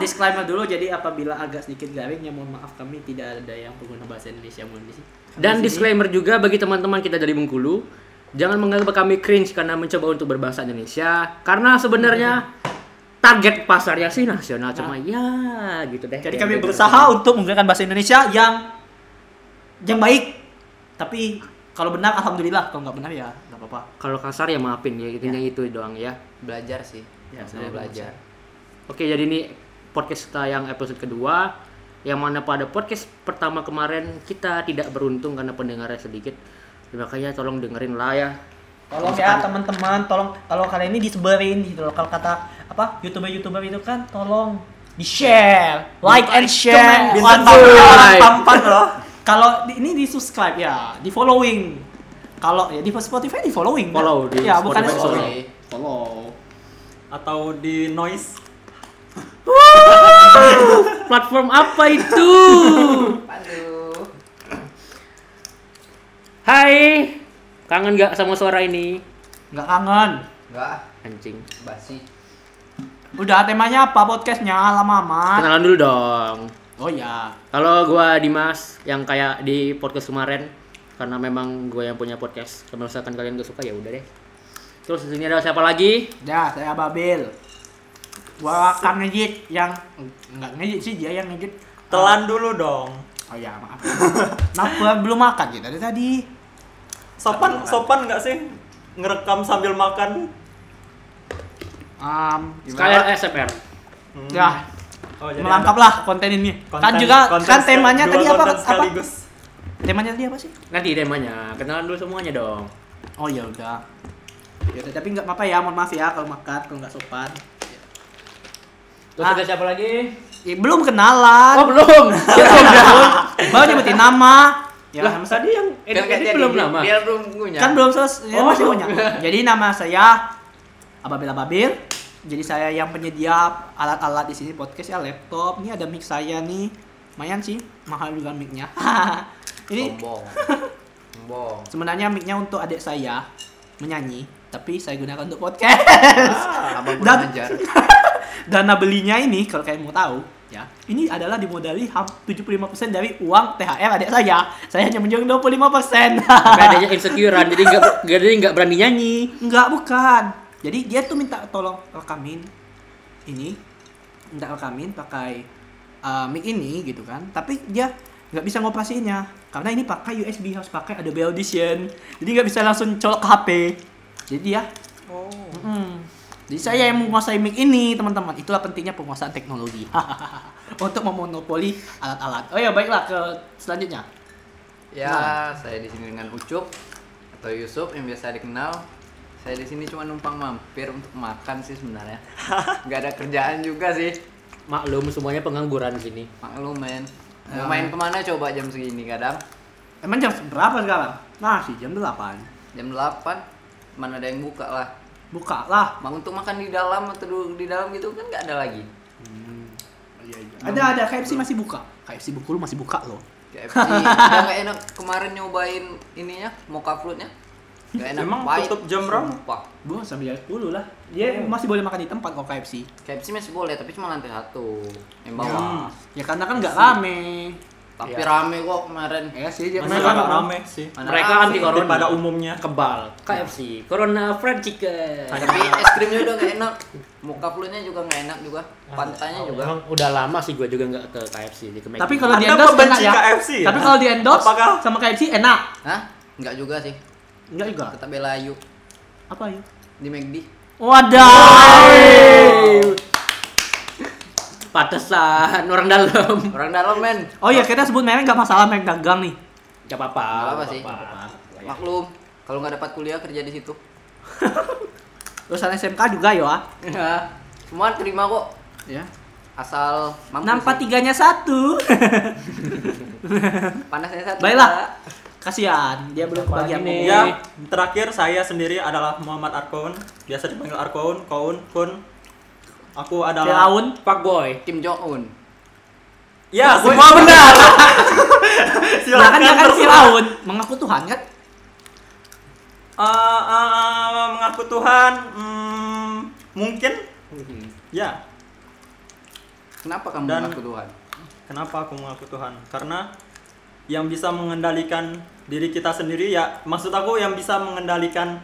disclaimer dulu jadi apabila agak sedikit garing ya mohon maaf kami tidak ada yang pengguna bahasa Indonesia murni sih. Dan disclaimer juga bagi teman-teman kita dari Bengkulu, jangan menganggap kami cringe karena mencoba untuk berbahasa Indonesia. Karena sebenarnya target pasarnya sih nasional cuma ya gitu deh. Nah. Jadi Ya, Iya, kami gitu. berusaha untuk menggunakan bahasa Indonesia yang yang baik. Tapi kalau benar alhamdulillah, kalau nggak benar ya nggak apa-apa. Kalau kasar ya maafin ya intinya itu doang ya. belajar sih Ya, Maksudnya sama belajar Oke, jadi ini podcast kita yang episode kedua yang mana pada podcast pertama kemarin kita tidak beruntung karena pendengarnya sedikit. Makanya tolong dengerin lah ya. Tolong ya teman-teman, tolong kalau kalian ini disebarin gitu loh. Kalau kata apa youtuber-youtuber itu kan tolong di share, like and share, comment, Waduh, subscribe. tampan loh. Kalau di- ini di subscribe ya, di following. Kalau ya di Spotify di following. kan? Follow di ya, bukan Spotify, follow. follow. Follow. atau di noise Platform apa itu? aduh Hai. Kangen gak sama suara ini? Nggak kangen. enggak ah, Anjing. basi Udah temanya apa podcastnya lama amat. Kenalan dulu dong. Oh ya, Halo, gua Dimas yang kayak di podcast kemarin karena memang gue yang punya podcast. Kalau misalkan kalian gak suka ya udah deh. Terus di sini ada siapa lagi? ya saya Babil. Gua akan ngedit yang nggak ngedit sih dia yang ngedit. telan dulu dong Oh ya maaf. Kenapa belum makan gitu dari tadi? sopan sopan nggak sih ngerekam sambil makan Um, Sekalian SMR. Hmm. ya Oh, jadi ada melengkaplah konten ini. kan konten- juga konten kan se- temanya dua tadi apa? konten apa? sekaligus. Temanya tadi apa sih? Nanti temanya. Kenalan dulu semuanya dong. Oh ya udah. Ya udah, tapi nggak apa-apa ya, mohon maaf ya kalau makan kalau nggak sopan. Terus Ah. ada siapa lagi? Ya, belum kenalan. Oh, belum. Ya udah. Baru nyebutin nama. Ya, Lah, sama- tadi yang edit, edit Eh, belum nama. biar Kan belum punya Kan belum selesai, ya, Oh. masih banyak. Jadi nama saya Ababil Ababil. Jadi saya yang penyedia alat-alat di sini podcast ya laptop. Ini ada mic saya nih. Lumayan sih, mahal juga micnya. ini sombong sombong sebenarnya micnya untuk adik saya menyanyi, tapi saya gunakan untuk podcast. Ah, abang Dan- kurang ajar Dana belinya ini kalau kalian mau tahu ya, ini adalah dimodali hampir 75% dari uang THR adik saya. Saya hanya menjual 25%. Tapi adanya insecurean jadi nggak jadi nggak berani nyanyi. Enggak, bukan. Jadi dia tuh minta tolong rekamin ini, minta rekamin pakai uh, mic ini gitu kan. Tapi dia nggak bisa ngoperasinya karena ini pakai USB harus pakai Adobe Audition. Jadi nggak bisa langsung colok ke HP. Jadi ya, Oh. mm, jadi saya yang menguasai mic ini teman-teman. Itulah pentingnya penguasaan teknologi untuk memonopoli alat-alat. Oh ya baiklah ke selanjutnya. ya Nah. saya di sini dengan Ucup atau Yusuf yang biasa dikenal saya di sini cuma numpang mampir untuk makan sih sebenarnya nggak ada kerjaan juga sih Maklum semuanya pengangguran di sini. maklum men Ah. mau main kemana coba jam segini kadang Emang jam berapa sekarang? Nah, sih jam 8. jam 8 mana ada yang buka lah Bukalah. Mak untuk makan di dalam atau duduk di dalam gitu kan nggak ada lagi. Ada Hmm. ada KFC masih buka. KFC Bengkulu masih buka loh. KFC udah nggak enak kemarin nyobain ininya mocha fruitnya. Nggak enak. Emang pahit. tutup jam berapa? Sumpah. Gua sampai jam 10 lah. Dia masih boleh makan di tempat kok KFC. KFC masih boleh tapi cuma lantai satu yang Hmm. bawah. Ya karena kan nggak rame. Tapi rame kok kemarin. Ya sih, dia masih mereka agak nggak rame sih Mana Mereka rame. anti corona. daripada umumnya Kebal. KFC. Corona fried chicken. Tapi es krimnya udah nggak enak. Mocha fruitnya juga nggak enak juga. Pantainya juga. Emang udah lama sih gue juga nggak ke KFC di ke McD. Tapi kalau di Anda endorse enak pembenci ya. KFC ya? Tapi kalau di endorse Apakah- sama KFC enak. Hah? Nggak juga sih. Enggak juga. Kata Belayu Apa ya? di McD. Wadah. Patesan orang dalam. Orang dalam men. Oh iya, kita sebut merek nggak masalah merek dagang nih. Gak apa-apa. Nggak apa-apa nggak sih. apa-apa. Maklum. Kalau nggak dapat kuliah kerja di situ. Lulusan SMK juga ya. Ya, semua terima kok Ya. asal mampu. Nampak sih. tiganya satu. panasnya satu. Baiklah. Kasihan, dia belum Apa kebagian. ini? Ya. ya terakhir saya sendiri adalah Muhammad Arkaun biasa dipanggil Arkaun Kaun Kun aku adalah Firaun. Pak boy. Kim Jong Un. ya Aku- semua benar Nah kan dia silakan kan terserah Firaun, mengaku Tuhan kan? Eh, eh, mengaku Tuhan hmm, mungkin ya Kenapa kamu Dan- mengaku Tuhan? Kenapa aku mengaku Tuhan? Karena yang bisa mengendalikan diri kita sendiri ya maksud aku yang bisa mengendalikan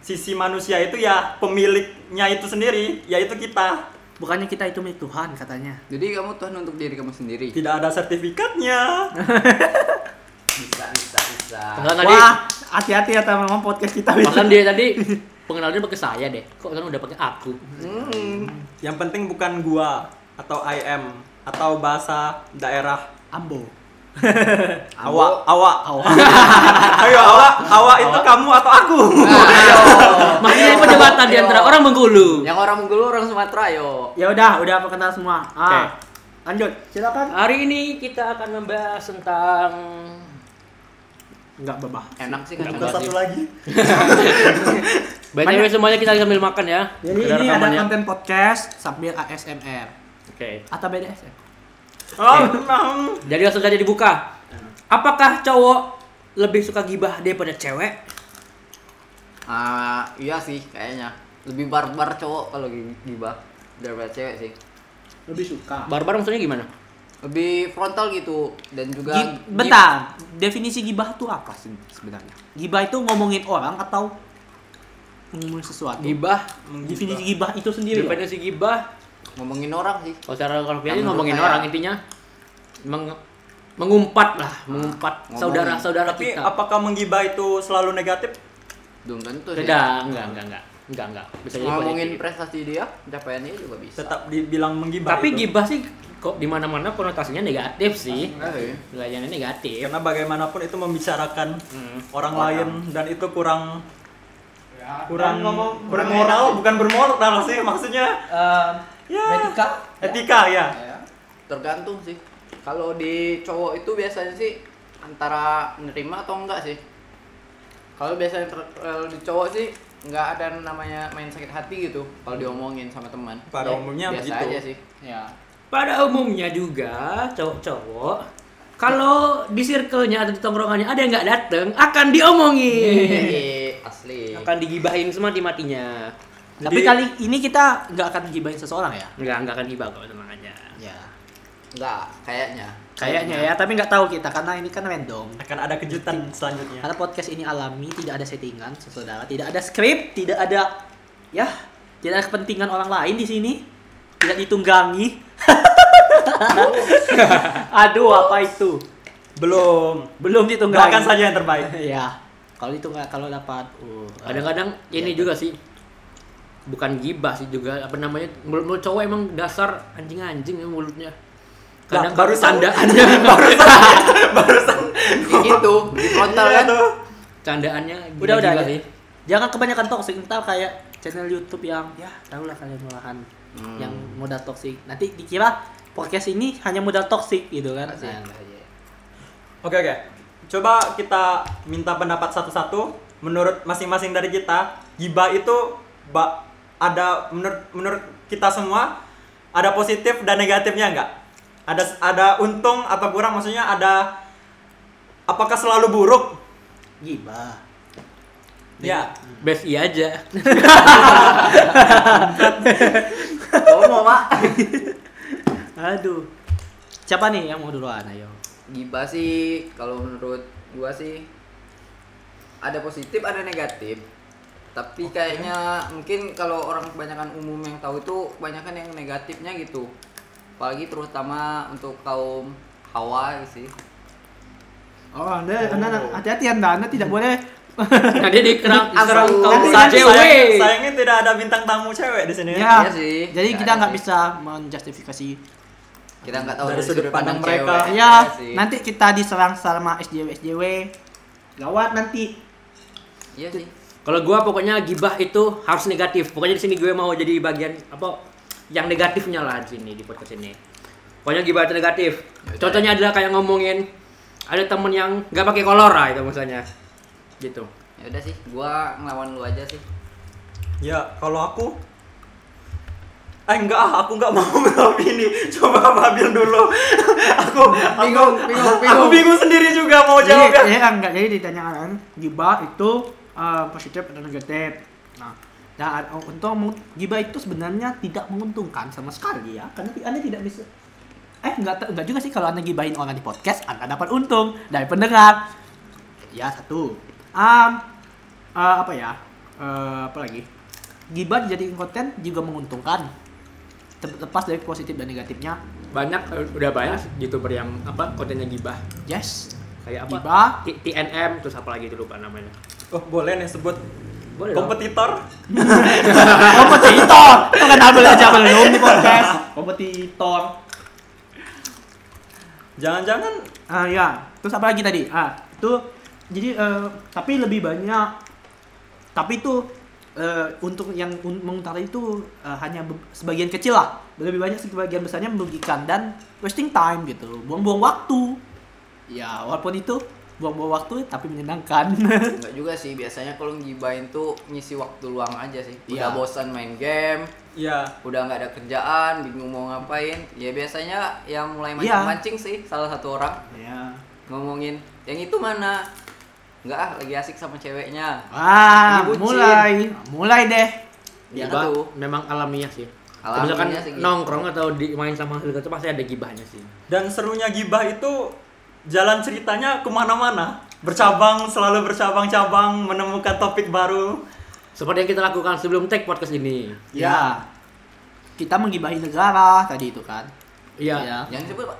sisi manusia itu ya pemiliknya itu sendiri yaitu kita Bukannya kita itu milik Tuhan katanya. Jadi kamu Tuhan untuk diri kamu sendiri. tidak ada sertifikatnya Bisa, bisa, bisa. Bahkan tadi, Wah, hati-hati ya teman-teman podcast kita. bahkan dia tadi pengenalannya pakai saya deh. Kok kan udah pakai aku? yang penting bukan gua atau I am atau bahasa daerah Ambo. Ah, awak awak Oh. ayo awak awak itu kamu atau aku Makanya ini perdebatan di antara orang Bengkulu. Yang orang Bengkulu orang Sumatera yo. Ya udah, udah perkenalan semua. Ah. Lanjut, silakan. Hari ini kita akan membahas tentang Enggak babah. Enak sih kan. Bukan sih. satu lagi By the way, semuanya kita sambil makan ya. Jadi Ada ini ada rekamannya. konten podcast sambil ASMR Oke. atau BDSM. oh, em, Jadi langsung saja dibuka. Apakah cowok lebih suka gibah daripada cewek? Ah, iya sih kayaknya. Lebih barbar cowok kalau gi- gibah daripada cewek sih. Lebih suka. Barbar maksudnya gimana? Lebih frontal gitu dan juga Gi- bentar, definisi gibah itu apa sih sebenarnya? Gibah itu ngomongin orang atau ngomongin sesuatu? Gibah Definisi gibah itu sendiri. loh. daripada si gibah. gi- ngomongin orang sih. Iya, Kalau secara konvensi Yang menurut ngomongin saya- orang intinya meng- mengumpat lah, mengumpat ngomongin. saudara-saudara tapi kita. apakah menggibah itu selalu negatif Belum tentu sih. Beda, enggak, enggak, enggak. Enggak, enggak. Bisa jadi Ngomongin positif. prestasi dia, capaian dia juga bisa. tetap dibilang menggibah Tapi itu. gibah sih kok di mana-mana konotasinya negatif sih. Enggak sih. Nilainya negatif. karena bagaimanapun itu membicarakan orang lain dan itu kurang Nah, kurang Ya, ngomong bermoral bukan bermoral sih maksudnya ya etika etika ya Tergantung sih. Kalau di cowok itu biasanya sih antara nerima atau enggak sih. Kalau biasanya ter- kalau di cowok sih nggak ada namanya main sakit hati gitu kalau diomongin sama teman. Pada umumnya Ya, biasa begitu. aja sih. Ya. Pada umumnya juga cowok-cowok kalau di circle-nya atau di tongkrongannya ada yang nggak dateng akan diomongin, Jadi asli. akan digibahin semati-matinya. Tapi Jadi- kali ini kita nggak akan gibahin seseorang ya? Enggak, enggak akan gibah kok tenang aja. Ya. Enggak, kayaknya. Kayaknya ya, tapi nggak tahu kita karena ini kan random. akan ada kejutan selanjutnya Karena podcast ini alami, tidak ada settingan, saudara, tidak ada skrip, tidak ada ya, tidak ada kepentingan orang lain di sini, tidak ditunggangi. Aduh, apa itu? belum Belum ditunggangi. doakan saja yang terbaik ya kalau itu nggak kalau dapat uh, Kadang-kadang ini juga sih bukan gibah sih juga apa namanya mulut, mulut cowok emang dasar anjing-anjing ya mulutnya. Kadang Lah, baru barusan- tandaannya Begitu, di frontal gitu. Iya kan. tuh. candaannya udah udah gila-gila aja. jangan kebanyakan toxic ntar kayak channel YouTube yang ya tau lah kalian olahan Hmm. yang modal toxic nanti dikira podcast ini hanya modal toxic gitu kan Asli. Nah, oke oke coba kita minta pendapat satu-satu menurut masing-masing dari kita gibah itu ba- ada menurut menurut kita semua ada positif dan negatifnya enggak ada ada untung atau kurang maksudnya ada apakah selalu buruk gibah Ya, Best iya aja. Ngomong, Pak. aduh siapa nih yang mau duluan ayo Gibah sih kalau menurut gua sih ada positif, ada negatif. Tapi kayaknya mungkin kalau orang kebanyakan umum yang tahu itu kebanyakan yang negatifnya gitu. Apalagi terutama untuk kaum hawa sih. oh anda anda hati-hati anda anda tidak boleh Nah, dia dikerang diserang Asu. kaum Nanti- saja Ya. sayang- weh. sayangnya tidak ada bintang tamu cewek di sini. ya Iya sih. jadi Ya, kita iya nggak sih. bisa menjustifikasi Kita nggak tahu Dari dari sudut sudut pandang pandang mereka. Iya. cewek. ya Iya sih. nanti kita diserang sama SJW SJW gawat nanti Iya sih. Kalau gua pokoknya gibah itu harus negatif. Pokoknya di sini gue mau jadi bagian apa yang negatifnya lah di sini di podcast ini. Pokoknya gibah itu negatif. Contohnya adalah kayak ngomongin ada temen yang nggak pakai kolor lah itu misalnya. Gitu. Ya udah sih, gua ngelawan lu aja sih. Ya, kalau aku Eh enggak ah, aku enggak mau menjawab ini. Coba Babil dulu. aku Bingung, aku, bingung, Aku bingung. Iya, bingung sendiri juga mau Oh, jadi, jawab kan. eh, jadi kan enggak jadi ditanya kan gibah itu eh, positif atau negatif nah Nah, untung gibah itu sebenarnya tidak menguntungkan sama sekali ya, karena Anda tidak bisa eh nggak te- nggak juga sih kalau Anda gibahin orang di podcast, Anda dapat untung dari pendengar. Ya, satu. Am, eh, apa ya? Eh, apa lagi? Gibah dijadiin konten juga menguntungkan. Terlepas dari positif dan negatifnya. Banyak eh, udah banyak sih YouTuber yang apa kontennya gibah. Yes. Kayak apa? Gibah. T- TNM terus apa lagi itu lupa namanya. Oh, boleh nih sebut Boleh dong. kompetitor. kompetitor itu kan double aja belum di podcast kompetitor Jangan-jangan ah ya terus apa lagi tadi ah itu jadi eh, tapi lebih banyak tapi itu eh, untuk yang un- mengutara itu eh, hanya be- sebagian kecil lah lebih banyak sebagian besarnya merugikan dan wasting time gitu buang-buang waktu ya walaupun itu buang-buang waktu tapi menyenangkan Enggak juga sih, biasanya kalau ngibain tuh ngisi waktu luang aja sih. Iya. Udah bosan main game, ya udah nggak ada kerjaan, bingung mau ngapain. Ya biasanya yang mulai Iya. mancing-mancing sih salah satu orang ya ngomongin, "Yang itu mana?" Enggak ah, lagi asik sama ceweknya. ah Ini bucin. mulai mulai deh Iya, Ya, Gibah tuh. memang alamiah sih. Alamiah Misalkan sih, gitu. nongkrong atau di, main sama Hilda itu pasti ada gibahnya sih. dan serunya gibah itu jalan ceritanya kemana-mana bercabang selalu bercabang-cabang menemukan topik baru Seperti yang kita lakukan sebelum take podcast ini. Ya. Kita menggibahi negara tadi itu kan. Iya. Yang sebut Pak.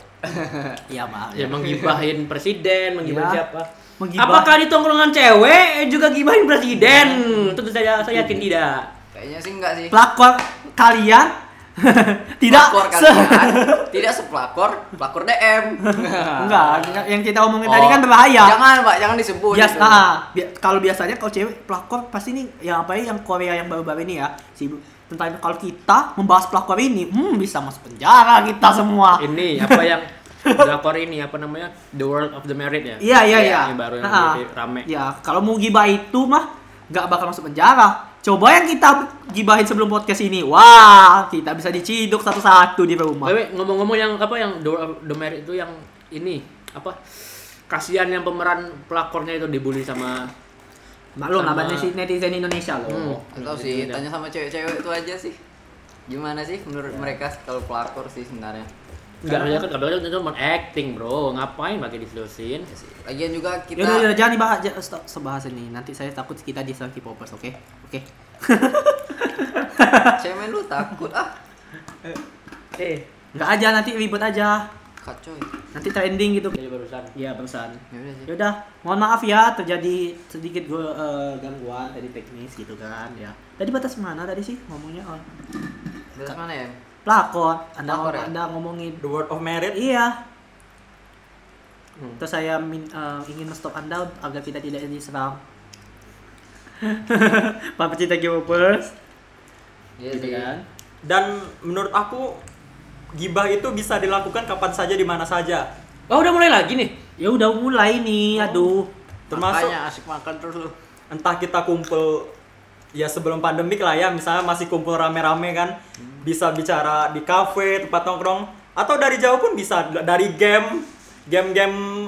Iya, maaf. Ya Ya. menggibahin presiden, menggibahin Iya. siapa? Menggibah. Apakah di tongkrongan cewek eh, juga gibahin presiden? Iya. Tentu saja saya yakin tidak. Kayaknya sih enggak sih. Pelakor kalian tidak Pelakor se kalian, tidak seplakor, pelakor DM. enggak yang kita omongin Oh, tadi kan berbahaya. Jangan, Pak, jangan disebut. gitu. Bias, itu. nah, bi- kalau biasanya kalau cewek pelakor pasti nih yang apa ya, yang Korea yang baru-baru ini ya si tentang kalau kita membahas pelakor ini hmm bisa masuk penjara kita semua Ini apa yang drakor ini apa namanya? The World of the Married ya? Iya iya iya. Yang baru yang Ah, jadi rame. Ya kalau mau gibah itu mah nggak bakal masuk penjara. Coba yang kita gibahin sebelum podcast ini. Wah kita bisa diciduk satu-satu di rumah. Tapi ngomong-ngomong yang apa yang The World of the Married itu yang ini apa? Kasihan yang pemeran pelakornya itu dibully sama Maklum sama- namanya si netizen Indonesia loh. Hmm. Atau sih, tanya sama cewek-cewek itu aja sih. Gimana sih menurut Ya. mereka kalau pelakor sih sebenarnya? Enggak aja kan kalau itu cuma acting, Bro. Ngapain pakai diseriusin? Ya sih. Lagian juga kita Yaudah, ya yaudah, jangan dibahas j- stop, stop bahas ini. Nanti saya takut kita diserang K-popers, oke? Oke. cemen lu takut ah. Eh, Nggak aja nanti ribut aja. Kacau. Nanti trending gitu. jadi barusan. Iya, barusan. Ya udah sih. Yaudah, mohon maaf ya terjadi sedikit gue gangguan tadi teknis gitu kan ya. Tadi batas mana tadi sih ngomongnya? Oh, Dari mana ya? pelakon anda Pelakor ya? anda ngomongin the word of merit iya Hmm. terus saya min- eh, ingin stop anda agar kita tidak diserang Pak pecinta K-popers Iya gitu sih. kan dan menurut aku gibah itu bisa dilakukan kapan saja di mana saja Oh, udah mulai lagi nih. ya udah mulai nih Oh. aduh termasuk Makanya asik makan terus lu. entah kita kumpul ya sebelum pandemik lah ya misalnya masih kumpul rame-rame kan bisa bicara di kafe tempat nongkrong atau dari jauh pun bisa D- dari game game-game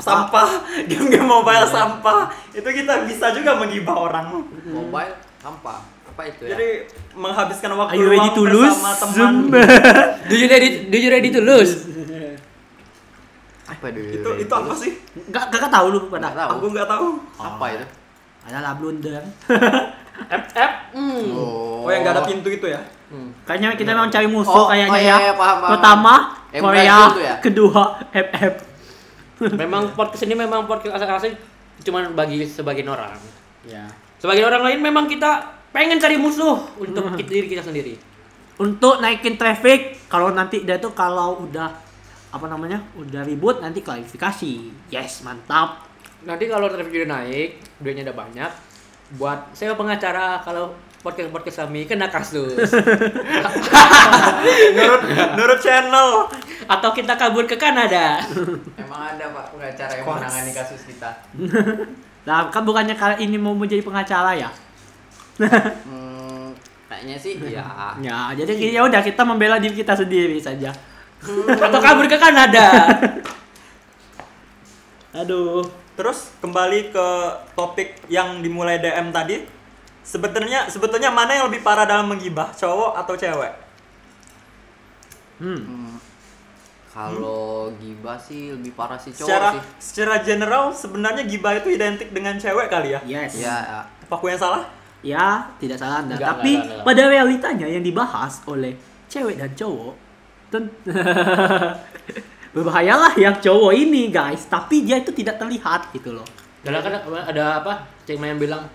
sampah game-game mobile sampah itu kita bisa juga menggibah orang Mobile sampah. Apa itu ya? jadi menghabiskan waktu are you ready luang to lose bersama teman Do you ready? Do you ready to lose? Apa itu? itu itu apa sih nggak nggak tahu lu Enggak pernah aku tahu. nggak tahu Apa itu? adalah blunder F F. Hmm. oh yang nggak ada pintu itu ya kayaknya kita memang cari musuh Oh, kayaknya oh, iya, ya iya, paham, paham. pertama Yang Korea Brazil tuh ya? kedua FF Memang podcast ini memang podcast asal-asal cuman bagi sebagian orang. ya Sebagian orang lain memang kita pengen cari musuh untuk kita, diri kita sendiri. untuk naikin traffic kalau nanti dia tuh kalau udah apa namanya udah ribut nanti klarifikasi yes mantap Nanti kalau traffic udah naik, duitnya udah banyak, buat saya pengacara kalau podcast podcast kami kena kasus menurut menurut channel atau kita kabur ke Kanada. Emang ada Pak pengacara yang Kos. menangani kasus kita. nah kan bukannya kalian ini mau menjadi pengacara ya Hmm, kayaknya sih ya. ya jadi ya udah kita membela diri kita sendiri saja Hmm. atau kabur ke Kanada. aduh Terus kembali ke topik yang dimulai DM tadi. Sebetulnya sebetulnya mana yang lebih parah dalam menggibah, cowok atau cewek? Hmm. Hmm. Kalau gibah sih lebih parah sih cowok secara sih. secara general sebenarnya gibah itu identik dengan cewek kali ya? Yes. Ya, ya. Apa aku yang salah? Ya, tidak salah Anda. Enggak, Tapi enggak, enggak, enggak. pada realitanya yang dibahas oleh cewek dan cowok ten- berbahayalah yang cowok ini, guys. Tapi dia itu tidak terlihat gitu loh. Karena kan ada apa? Cima yang bilang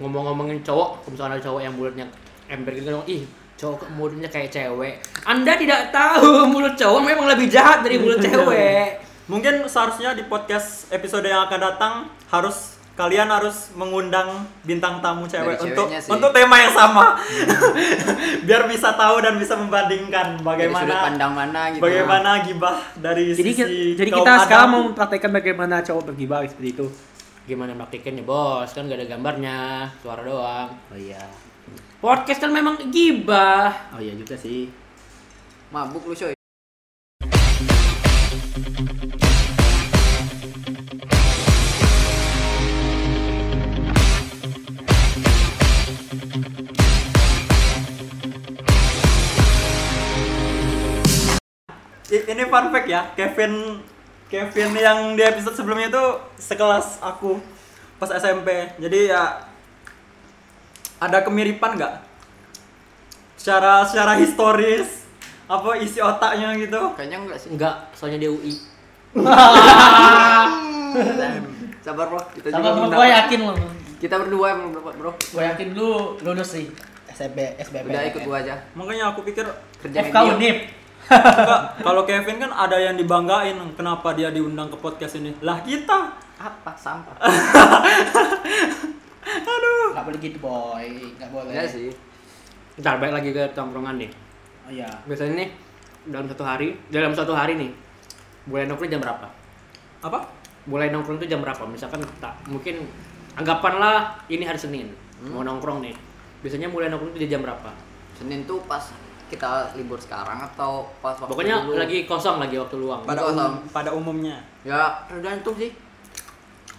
ngomong-ngomongin cowok, kalau misalnya ada cowok yang mulutnya ember gitu ngomong, ih cowok kok mulutnya kayak cewek. Anda tidak tahu mulut cowok memang lebih jahat dari mulut cewek. Mungkin seharusnya di podcast episode yang akan datang harus kalian harus mengundang bintang tamu cewek Dari untuk ceweknya sih. Hmm. untuk tema yang sama. Biar bisa tahu dan bisa membandingkan Dari sudut bagaimana pandang mana gitu. bagaimana gibah dari Jadi sisi ki- jadi kaum kita sekarang Adam. mau mempraktekkan bagaimana cowok bergibah seperti itu. Gimana praktikannya bos? Kan gak ada gambarnya, suara doang. Oh iya. Podcast kan memang gibah. Oh iya juga sih. Mabuk lu coy. I- Ini fun fact ya, Kevin Kevin yang di episode sebelumnya itu sekelas aku pas SMP. Jadi ya ada kemiripan nggak? Secara secara historis apa isi otaknya gitu. Kayaknya enggak sih. Enggak, soalnya dia UI. Sabar bro, kita Sama juga bro, belum gue dapat. yakin lo. Kita berdua yang belum dapat bro. Gue yakin lu lulus sih SMP, SBP. Udah ikut gua aja. Makanya aku pikir Kerja FK media. Unip. enggak, kalau Kevin kan ada yang dibanggain kenapa dia diundang ke podcast ini. Lah kita Apa sampah? Gak boleh gitu boy, gak boleh. Enggak Iya sih. Ntar balik lagi ke tongkrongan nih. Oh iya. Biasanya nih dalam satu hari, dalam satu hari nih mulai nongkrong jam berapa? apa? mulai nongkrong itu jam berapa? Misalkan tak mungkin anggapanlah ini hari Senin Hmm? mau nongkrong nih. Biasanya mulai nongkrong itu di jam berapa? Senin tuh pas kita libur sekarang atau pas waktu Pokoknya dulu? lagi kosong lagi waktu luang. Ba- Pada Betul, umum- pada umumnya. ya tergantung sih.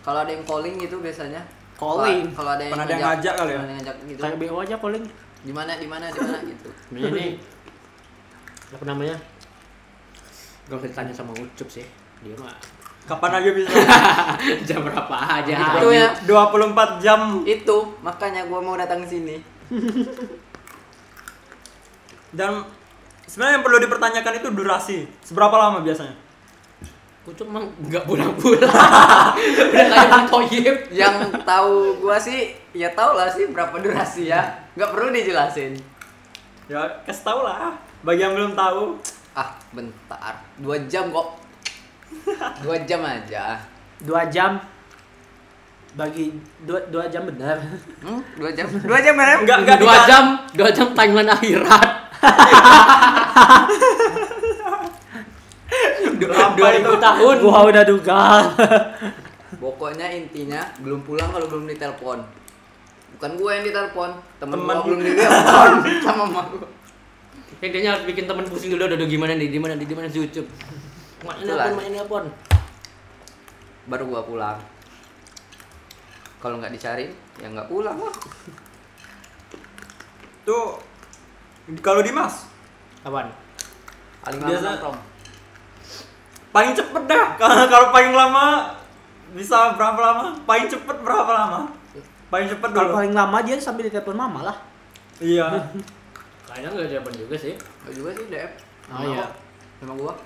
Kalau ada yang calling gitu biasanya. Calling? Kalau ada yang Pernah ada yang ngajak kali ya? pernah ada yang ngajak gitu. Kayak BO aja calling. Di mana di mana di mana gitu. Sebenarnya ini apa namanya? Gak usah ditanya sama Ucup sih. Dia mah Kapan aja bisa? jam berapa aja. Itu ya. 24 jam Itu makanya gua mau datang ke sini. dan sebenarnya yang perlu dipertanyakan itu durasi. Seberapa lama biasanya? Ucup emang nggak pulang-pulang. Udah kayak orang toyib. yang tahu gua sih ya tau lah sih berapa durasi ya nggak perlu dijelasin Ya, kasih tau lah. Bagi yang belum tahu, ah bentar dua jam kok dua jam aja Dua jam bagi dua, dua jam benar. hmm? dua jam dua jam mana enggak enggak Eh, dua dika- jam, dua jam timeline akhirat. Dua ribu tahun. Gua udah duga. pokoknya intinya belum pulang kalau belum ditelepon bukan gua yang ditelepon temen, Temen. gua belum ditelepon sama mama gua Intinya harus bikin temen pusing dulu, aduh gimana nih, gimana nih, gimana si Ucup Main Itulah. nelpon, main nelpon baru gua pulang kalau nggak dicari ya nggak pulang lah tuh kalau Dimas Apaan? paling lama Biasa. nongkrong paling cepet dah. Kalau kalau paling lama bisa berapa lama? Paling cepet berapa lama? Paling cepet Kalau dulu. paling lama dia sampai ditelepon mama lah. Iya. Kayaknya nggak jawaban juga sih Nggak juga sih dm Oh iya sama gua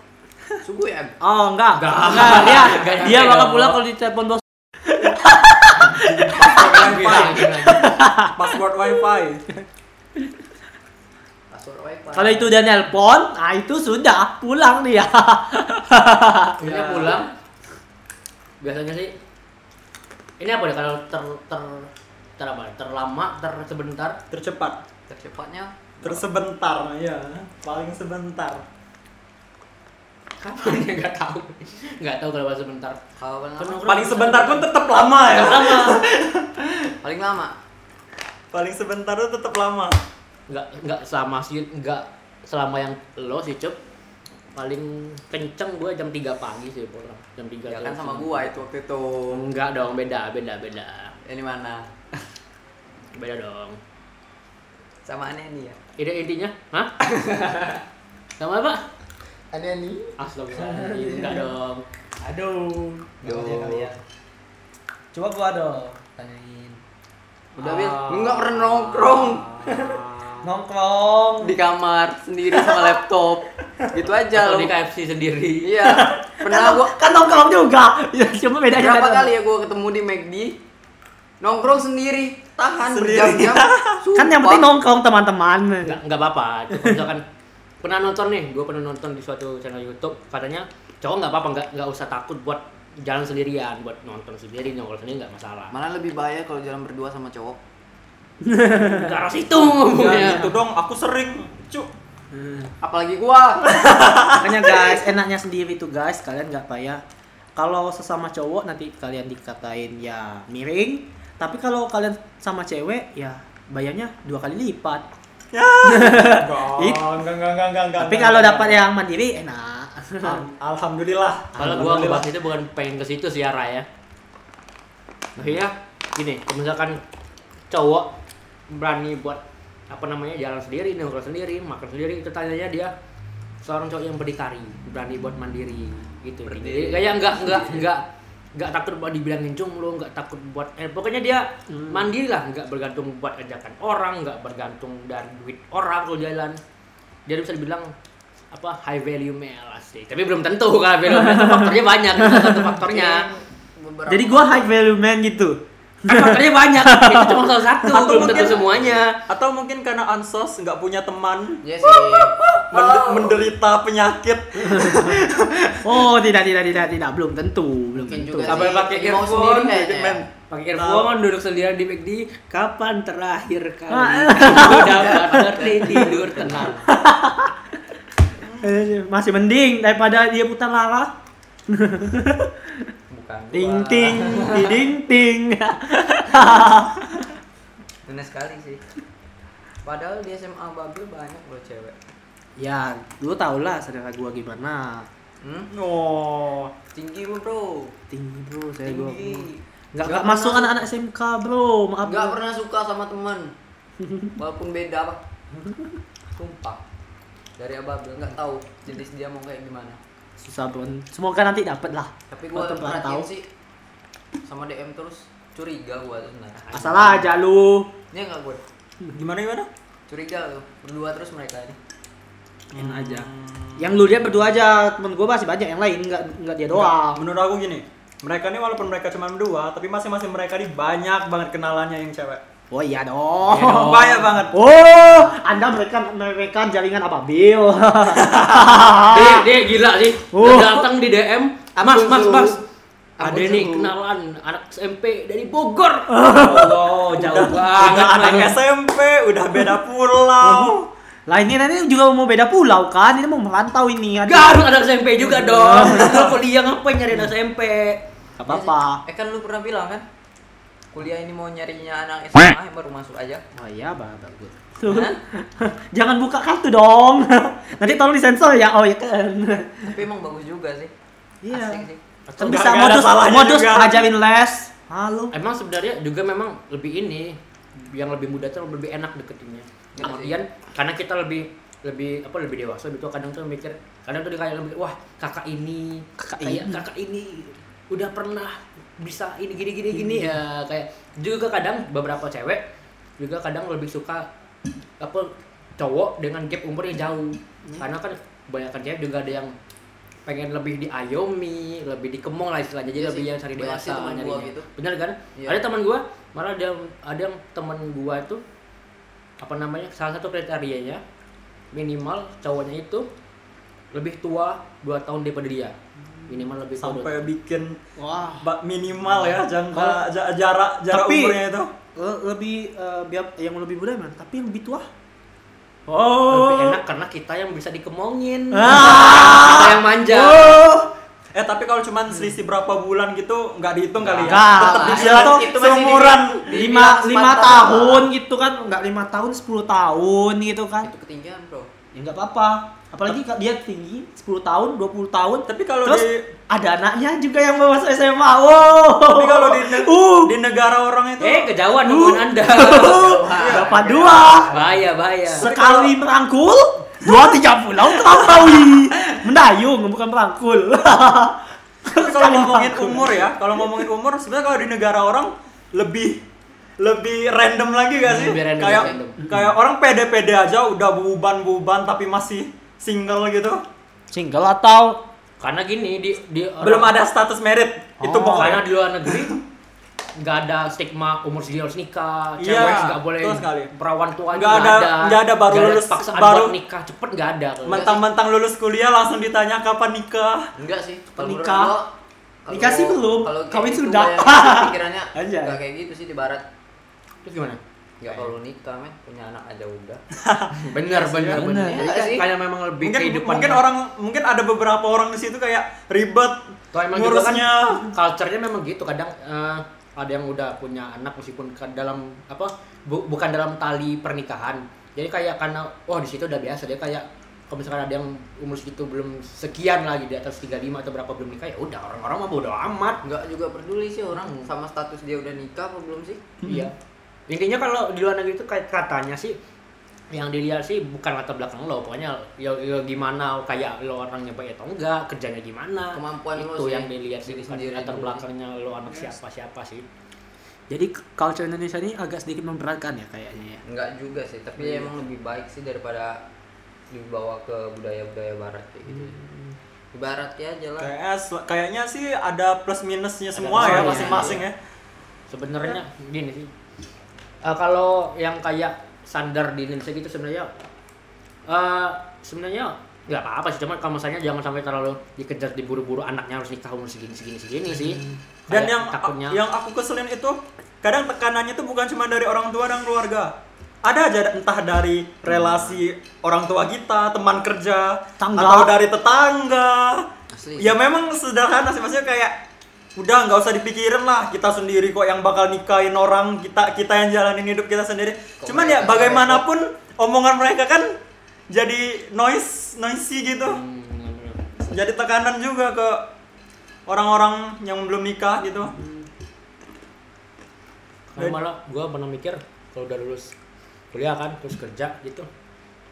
suguh ya Em. Oh enggak. Enggak. Enggak, dia Enggak dia nyampe bakal dong. pulang kalau ditelepon bos. Password WiFi. password wifi Kalau itu udah nelpon, nah itu sudah pulang dia. Akhirnya Ya. pulang Biasanya sih Ini apa ya kalau ter, ter, ter apa? ya, Terlama, ter sebentar Tercepat. tercepatnya Tersebentar, ya. Paling sebentar. Kapan ya nggak tahu Nggak tahu kalau bahasa sebentar kalau paling lama Paling sebentar pun tetap lama ya. paling lama Paling sebentar itu tetap lama. Nggak, nggak sama sih, nggak selama yang lo sih Cup Paling kenceng gue jam 3 pagi sih pulang Jam 3 ya kan terus. sama gua itu waktu itu Enggak dong, beda, beda, beda. ini mana Beda dong. Sama aneh nih ya. Ide intinya, hah? Sama apa? Aneh nih. Astagfirullahaladzim, enggak dong. Aduh. Duh. Makanya kalian. Coba gua dong tanyain. Udah Bil, lu nggak pernah nongkrong Nongkrong. di kamar sendiri sama laptop. Gitu aja Atau di lu. KFC sendiri. Iya. Pernah gua kan nongkrong juga ya cuma bedanya berapa kan- kali ya gua ketemu di McD nongkrong sendiri, tahan Sendiri. berjam-jam. kan yang Sumpah. penting nongkrong teman-teman Nggak, nggak apa-apa. Cuma misalkan pernah nonton nih, gue pernah nonton di suatu channel YouTube, katanya cowok nggak apa-apa, nggak nggak usah takut buat jalan sendirian, buat nonton sendiri, nongkrong sendiri nggak masalah. Malah lebih bahaya kalau jalan berdua sama cowok. Ke arah situ Ya, Iya. ngomongnya. gitu dong, aku sering. Cuk. Hmm. Apalagi gua. makanya guys enaknya sendiri tuh guys kalian nggak payah kalau sesama cowok nanti kalian dikatain ya miring tapi kalau kalian sama cewek ya bayarnya dua kali lipat It- Enggak, enggak, enggak, enggak, enggak. tapi kalau dapat ya. yang mandiri enak Ah, Alhamdulillah. Kalau gua ngebahas itu bukan pengen ke situ sih arah ya. Maksudnya gini, kalau misalkan cowok berani buat apa namanya jalan sendiri, nongkrong sendiri, makan sendiri itu tanyanya dia seorang cowok yang berdikari, berani buat mandiri gitu. Jadi Berdiri. kayak enggak enggak enggak enggak takut buat dibilangin jomblo, enggak takut buat eh pokoknya dia mandiri lah, enggak bergantung buat ajakan orang, enggak bergantung dari duit orang kalau jalan. Dia bisa dibilang apa high value male asik. Tapi belum tentu kan, belum tentu faktornya banyak, itu salah satu faktornya. Beberapa- jadi gua high value man gitu Kan faktornya banyak, itu cuma salah satu, Atau belum tentu mungkin- semuanya. Atau mungkin karena ansos nggak punya teman, Iya sih. mende- menderita penyakit. oh tidak tidak tidak tidak belum tentu belum Mungkin tentu juga Sampai sih, pakai mau earphone, sendiri jadi kayaknya. men. Pakai Nah. earphone duduk sendirian di McD, kapan terakhir kali Ah. kamu dapat berarti tidur tenang? Eh, masih mending daripada dia putar lara Bukan. ting ting ting ting Benar sekali sih. Padahal di SMA Babil banyak loh cewek. ya lu tau lah saudara gua gimana Hmm? Oh. Tinggi lu, Bro. tinggi bro saya Iya, gua Tinggi. nggak Nggak nggak masuk pernah- anak-anak SMK bro maaf Enggak pernah suka sama teman. Walaupun beda, Pak. Sumpah. Dari Ababil enggak tahu jenis dia mau kayak gimana. susah bro semoga nanti dapet lah Tapi gua Tetep nggak perhatiin tahu sih sama DM terus curiga gua tuh sebenarnya. asal aja lu Ini enggak gua Gimana gimana? curiga tuh. Berdua terus mereka ini. enak aja yang lu lihat berdua aja temen gua masih banyak yang lain nggak nggak dia doang Menurut aku gini, mereka nih walaupun mereka cuma berdua, tapi masing-masing mereka nih banyak banget kenalannya yang cewek. oh iya dong Banyak banget. oh anda mereka mereka jaringan apa Bill Dia, dia gila sih. Oh. Dia datang di DM, Mas, Aku Mas, suruh. Mas. Aku Ada nih suruh. kenalan anak SMP dari Bogor. Oh, jauh Udah banget. anak SMP, udah beda pulau. lah ini nanti juga mau beda pulau kan ini mau merantau ini ada Gak harus anak SMP juga dong. Kalau kuliah ngapain nyari anak SMP? Gak apa-apa Eh kan lu pernah bilang kan? Kuliah ini mau nyarinya anak SMA yang eh, baru masuk aja. oh iya bagus Hah? jangan buka kartu dong nanti tolong disensor ya oh ya kan Tapi emang bagus juga sih. Iya. Asik sih. Kan Nggak- bisa nggak ada modus salahnya modus juga. ngajarin les. Halo. Emang sebenarnya juga memang lebih ini yang lebih muda tuh lebih enak deketinnya. Iya sih. Kemudian karena kita lebih lebih apa lebih dewasa gitu kadang tuh mikir kadang tuh kayak lebih wah kakak ini kakak kayak kakak ini udah pernah bisa ini gini gini gini ya Iya. kayak juga kadang beberapa cewek juga kadang lebih suka apa cowok dengan gap umur yang jauh Hmm. karena kan kebanyakan cewek juga ada yang pengen lebih diayomi lebih dikemong lah istilahnya jadi Iya lebih sih. yang cari Banyak dewasa sih teman gua nyarinya. gitu. benar kan Iya. ada teman gua malah ada ada yang teman gua itu apa namanya salah satu kriterianya minimal cowoknya itu lebih tua 2 tahun daripada dia minimal lebih tua dua Sampai bikin Wah. ba- minimal ya jangka ja- jarak jarak Tapi- umurnya itu. lebih eh, biar yang lebih muda mana? Tapi yang lebih tua. lebih Oh. enak karena kita yang bisa dikemongin Ah. kita yang manja Oh. Eh tapi kalau cuman selisih berapa bulan gitu nggak dihitung kali ya? Enggak. Tetap Itu dibilang tuh itu masih seumuran dibilang- lima dibilang lima sepantaran. tahun gitu kan enggak lima tahun 10 tahun gitu kan Itu ketinggian, Bro. ya nggak apa-apa apalagi kalau dia tinggi 10 tahun 20 tahun Tapi kalau terus di- ada anaknya juga yang bawa SMA wow Tapi kalau di, ne- uh di negara orang itu Eh, kejauhan hubungan Anda. berapa dua bahaya, bahaya. sekali merangkul dua tiga pulau terlampaui mendayung bukan merangkul Tapi kalau ngomongin umur ya, kalau ngomongin umur sebenarnya kalau di negara orang lebih lebih random lagi gak sih? Lebih random, kayak random. Hmm. kayak orang pede-pede aja udah buban-buban tapi masih single gitu. single atau Karena gini di di Belum ada status merit. Itu Oh. karena bohong. di luar negeri nggak ada stigma umur segini harus nikah, cewek Iya, nggak boleh betul sekali. perawan tua Nggak ada- nggak ada baru Nggak lulus, paksaan baru- buat nikah cepet nggak ada. Mentang-mentang lulus kuliah langsung ditanya kapan nikah. Enggak sih. Kalau menurut Nikah. gua, kalau- Nikah sih belum, kalau kayak kawin gitu sudah. bayangan sih Pikirannya Anjay. enggak kayak gitu sih di barat. Terus gimana? Iya. Enggak perlu nikah, men. Punya anak aja udah. Bener bener bener. Iya Jadi nggak kan sih? Kayak memang lebih Mungkin kehidupan. mungkin orang mungkin ada beberapa orang di situ kayak ribet Tuh, emang juga kan ngurusnya. culture-nya memang gitu kadang eh, ada yang udah punya anak meskipun ke dalam apa bu- bukan dalam tali pernikahan. Jadi kayak karena wah di situ udah biasa dia kayak kalau misalkan ada yang umur segitu belum sekian lagi di atas 35 atau berapa belum nikah ya udah orang-orang mah bodo amat. Enggak juga peduli sih orang sama status dia udah nikah apa belum sih? Iya. Intinya kalau di luar negeri itu kayak katanya sih yang dilihat sih bukan latar belakang lo, pokoknya ya, ya gimana kayak lo orangnya baik atau enggak, kerjanya gimana. Kemampuan lo itu sih. yang dilihat sih Diri bukan sendiri latar dulu. belakangnya lo anak siapa siapa sih. jadi culture Indonesia ini agak sedikit memberatkan ya kayaknya ya Enggak juga sih, tapi Iya. emang lebih baik sih daripada dibawa ke budaya-budaya barat kayak gitu. Hmm. Di barat ya aja lah. Kayaknya, kayaknya sih ada plus minusnya semua plus ya minusnya, masing-masing ya. Sebenarnya Nah. gini sih. Eh, kalau yang kayak standar di Indonesia gitu sebenarnya eh sebenarnya nggak apa-apa sih cuma kalau misalnya jangan sampai terlalu dikejar diburu-buru anaknya harus nikah umur segini segini segini sih Hmm. Dan Kayak yang takutnya yang aku keselin itu kadang tekanannya tuh bukan cuma dari orang tua dan keluarga. Ada aja entah dari relasi orang tua kita, teman kerja, Tangga. atau dari tetangga. Asli. Ya memang sederhana sih maksudnya kayak udah nggak usah dipikirin lah kita sendiri kok yang bakal nikahin orang kita kita yang jalanin hidup kita sendiri. Kok Cuman mereka ya nggak bagaimanapun omongan mereka kan jadi noise noisy gitu. Hmm, jadi tekanan juga ke orang-orang yang belum nikah gitu Karena malah gue pernah mikir kalau udah lulus kuliah kan terus kerja gitu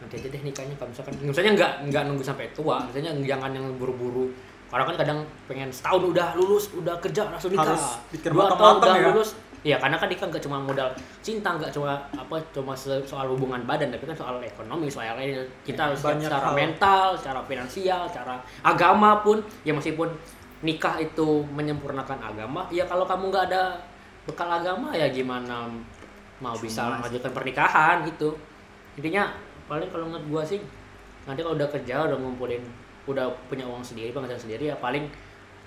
nanti aja deh nikahnya kalau misalkan misalnya nggak nggak nunggu sampai tua misalnya jangan yang buru-buru karena kan kadang pengen setahun udah lulus udah kerja langsung nikah Harus pikir Dua matang-matang tahun udah ya. lulus ya karena kan nikah nggak cuma modal cinta nggak cuma apa cuma se- soal hubungan badan tapi kan soal ekonomi soal lain kita harus siap Banyak secara hal. mental secara finansial secara agama pun ya meskipun nikah itu menyempurnakan agama ya kalau kamu nggak ada bekal agama ya gimana mau bisa melanjutkan pernikahan gitu intinya paling kalau menurut gua sih nanti kalau udah kerja udah ngumpulin udah punya uang sendiri penghasilan sendiri ya paling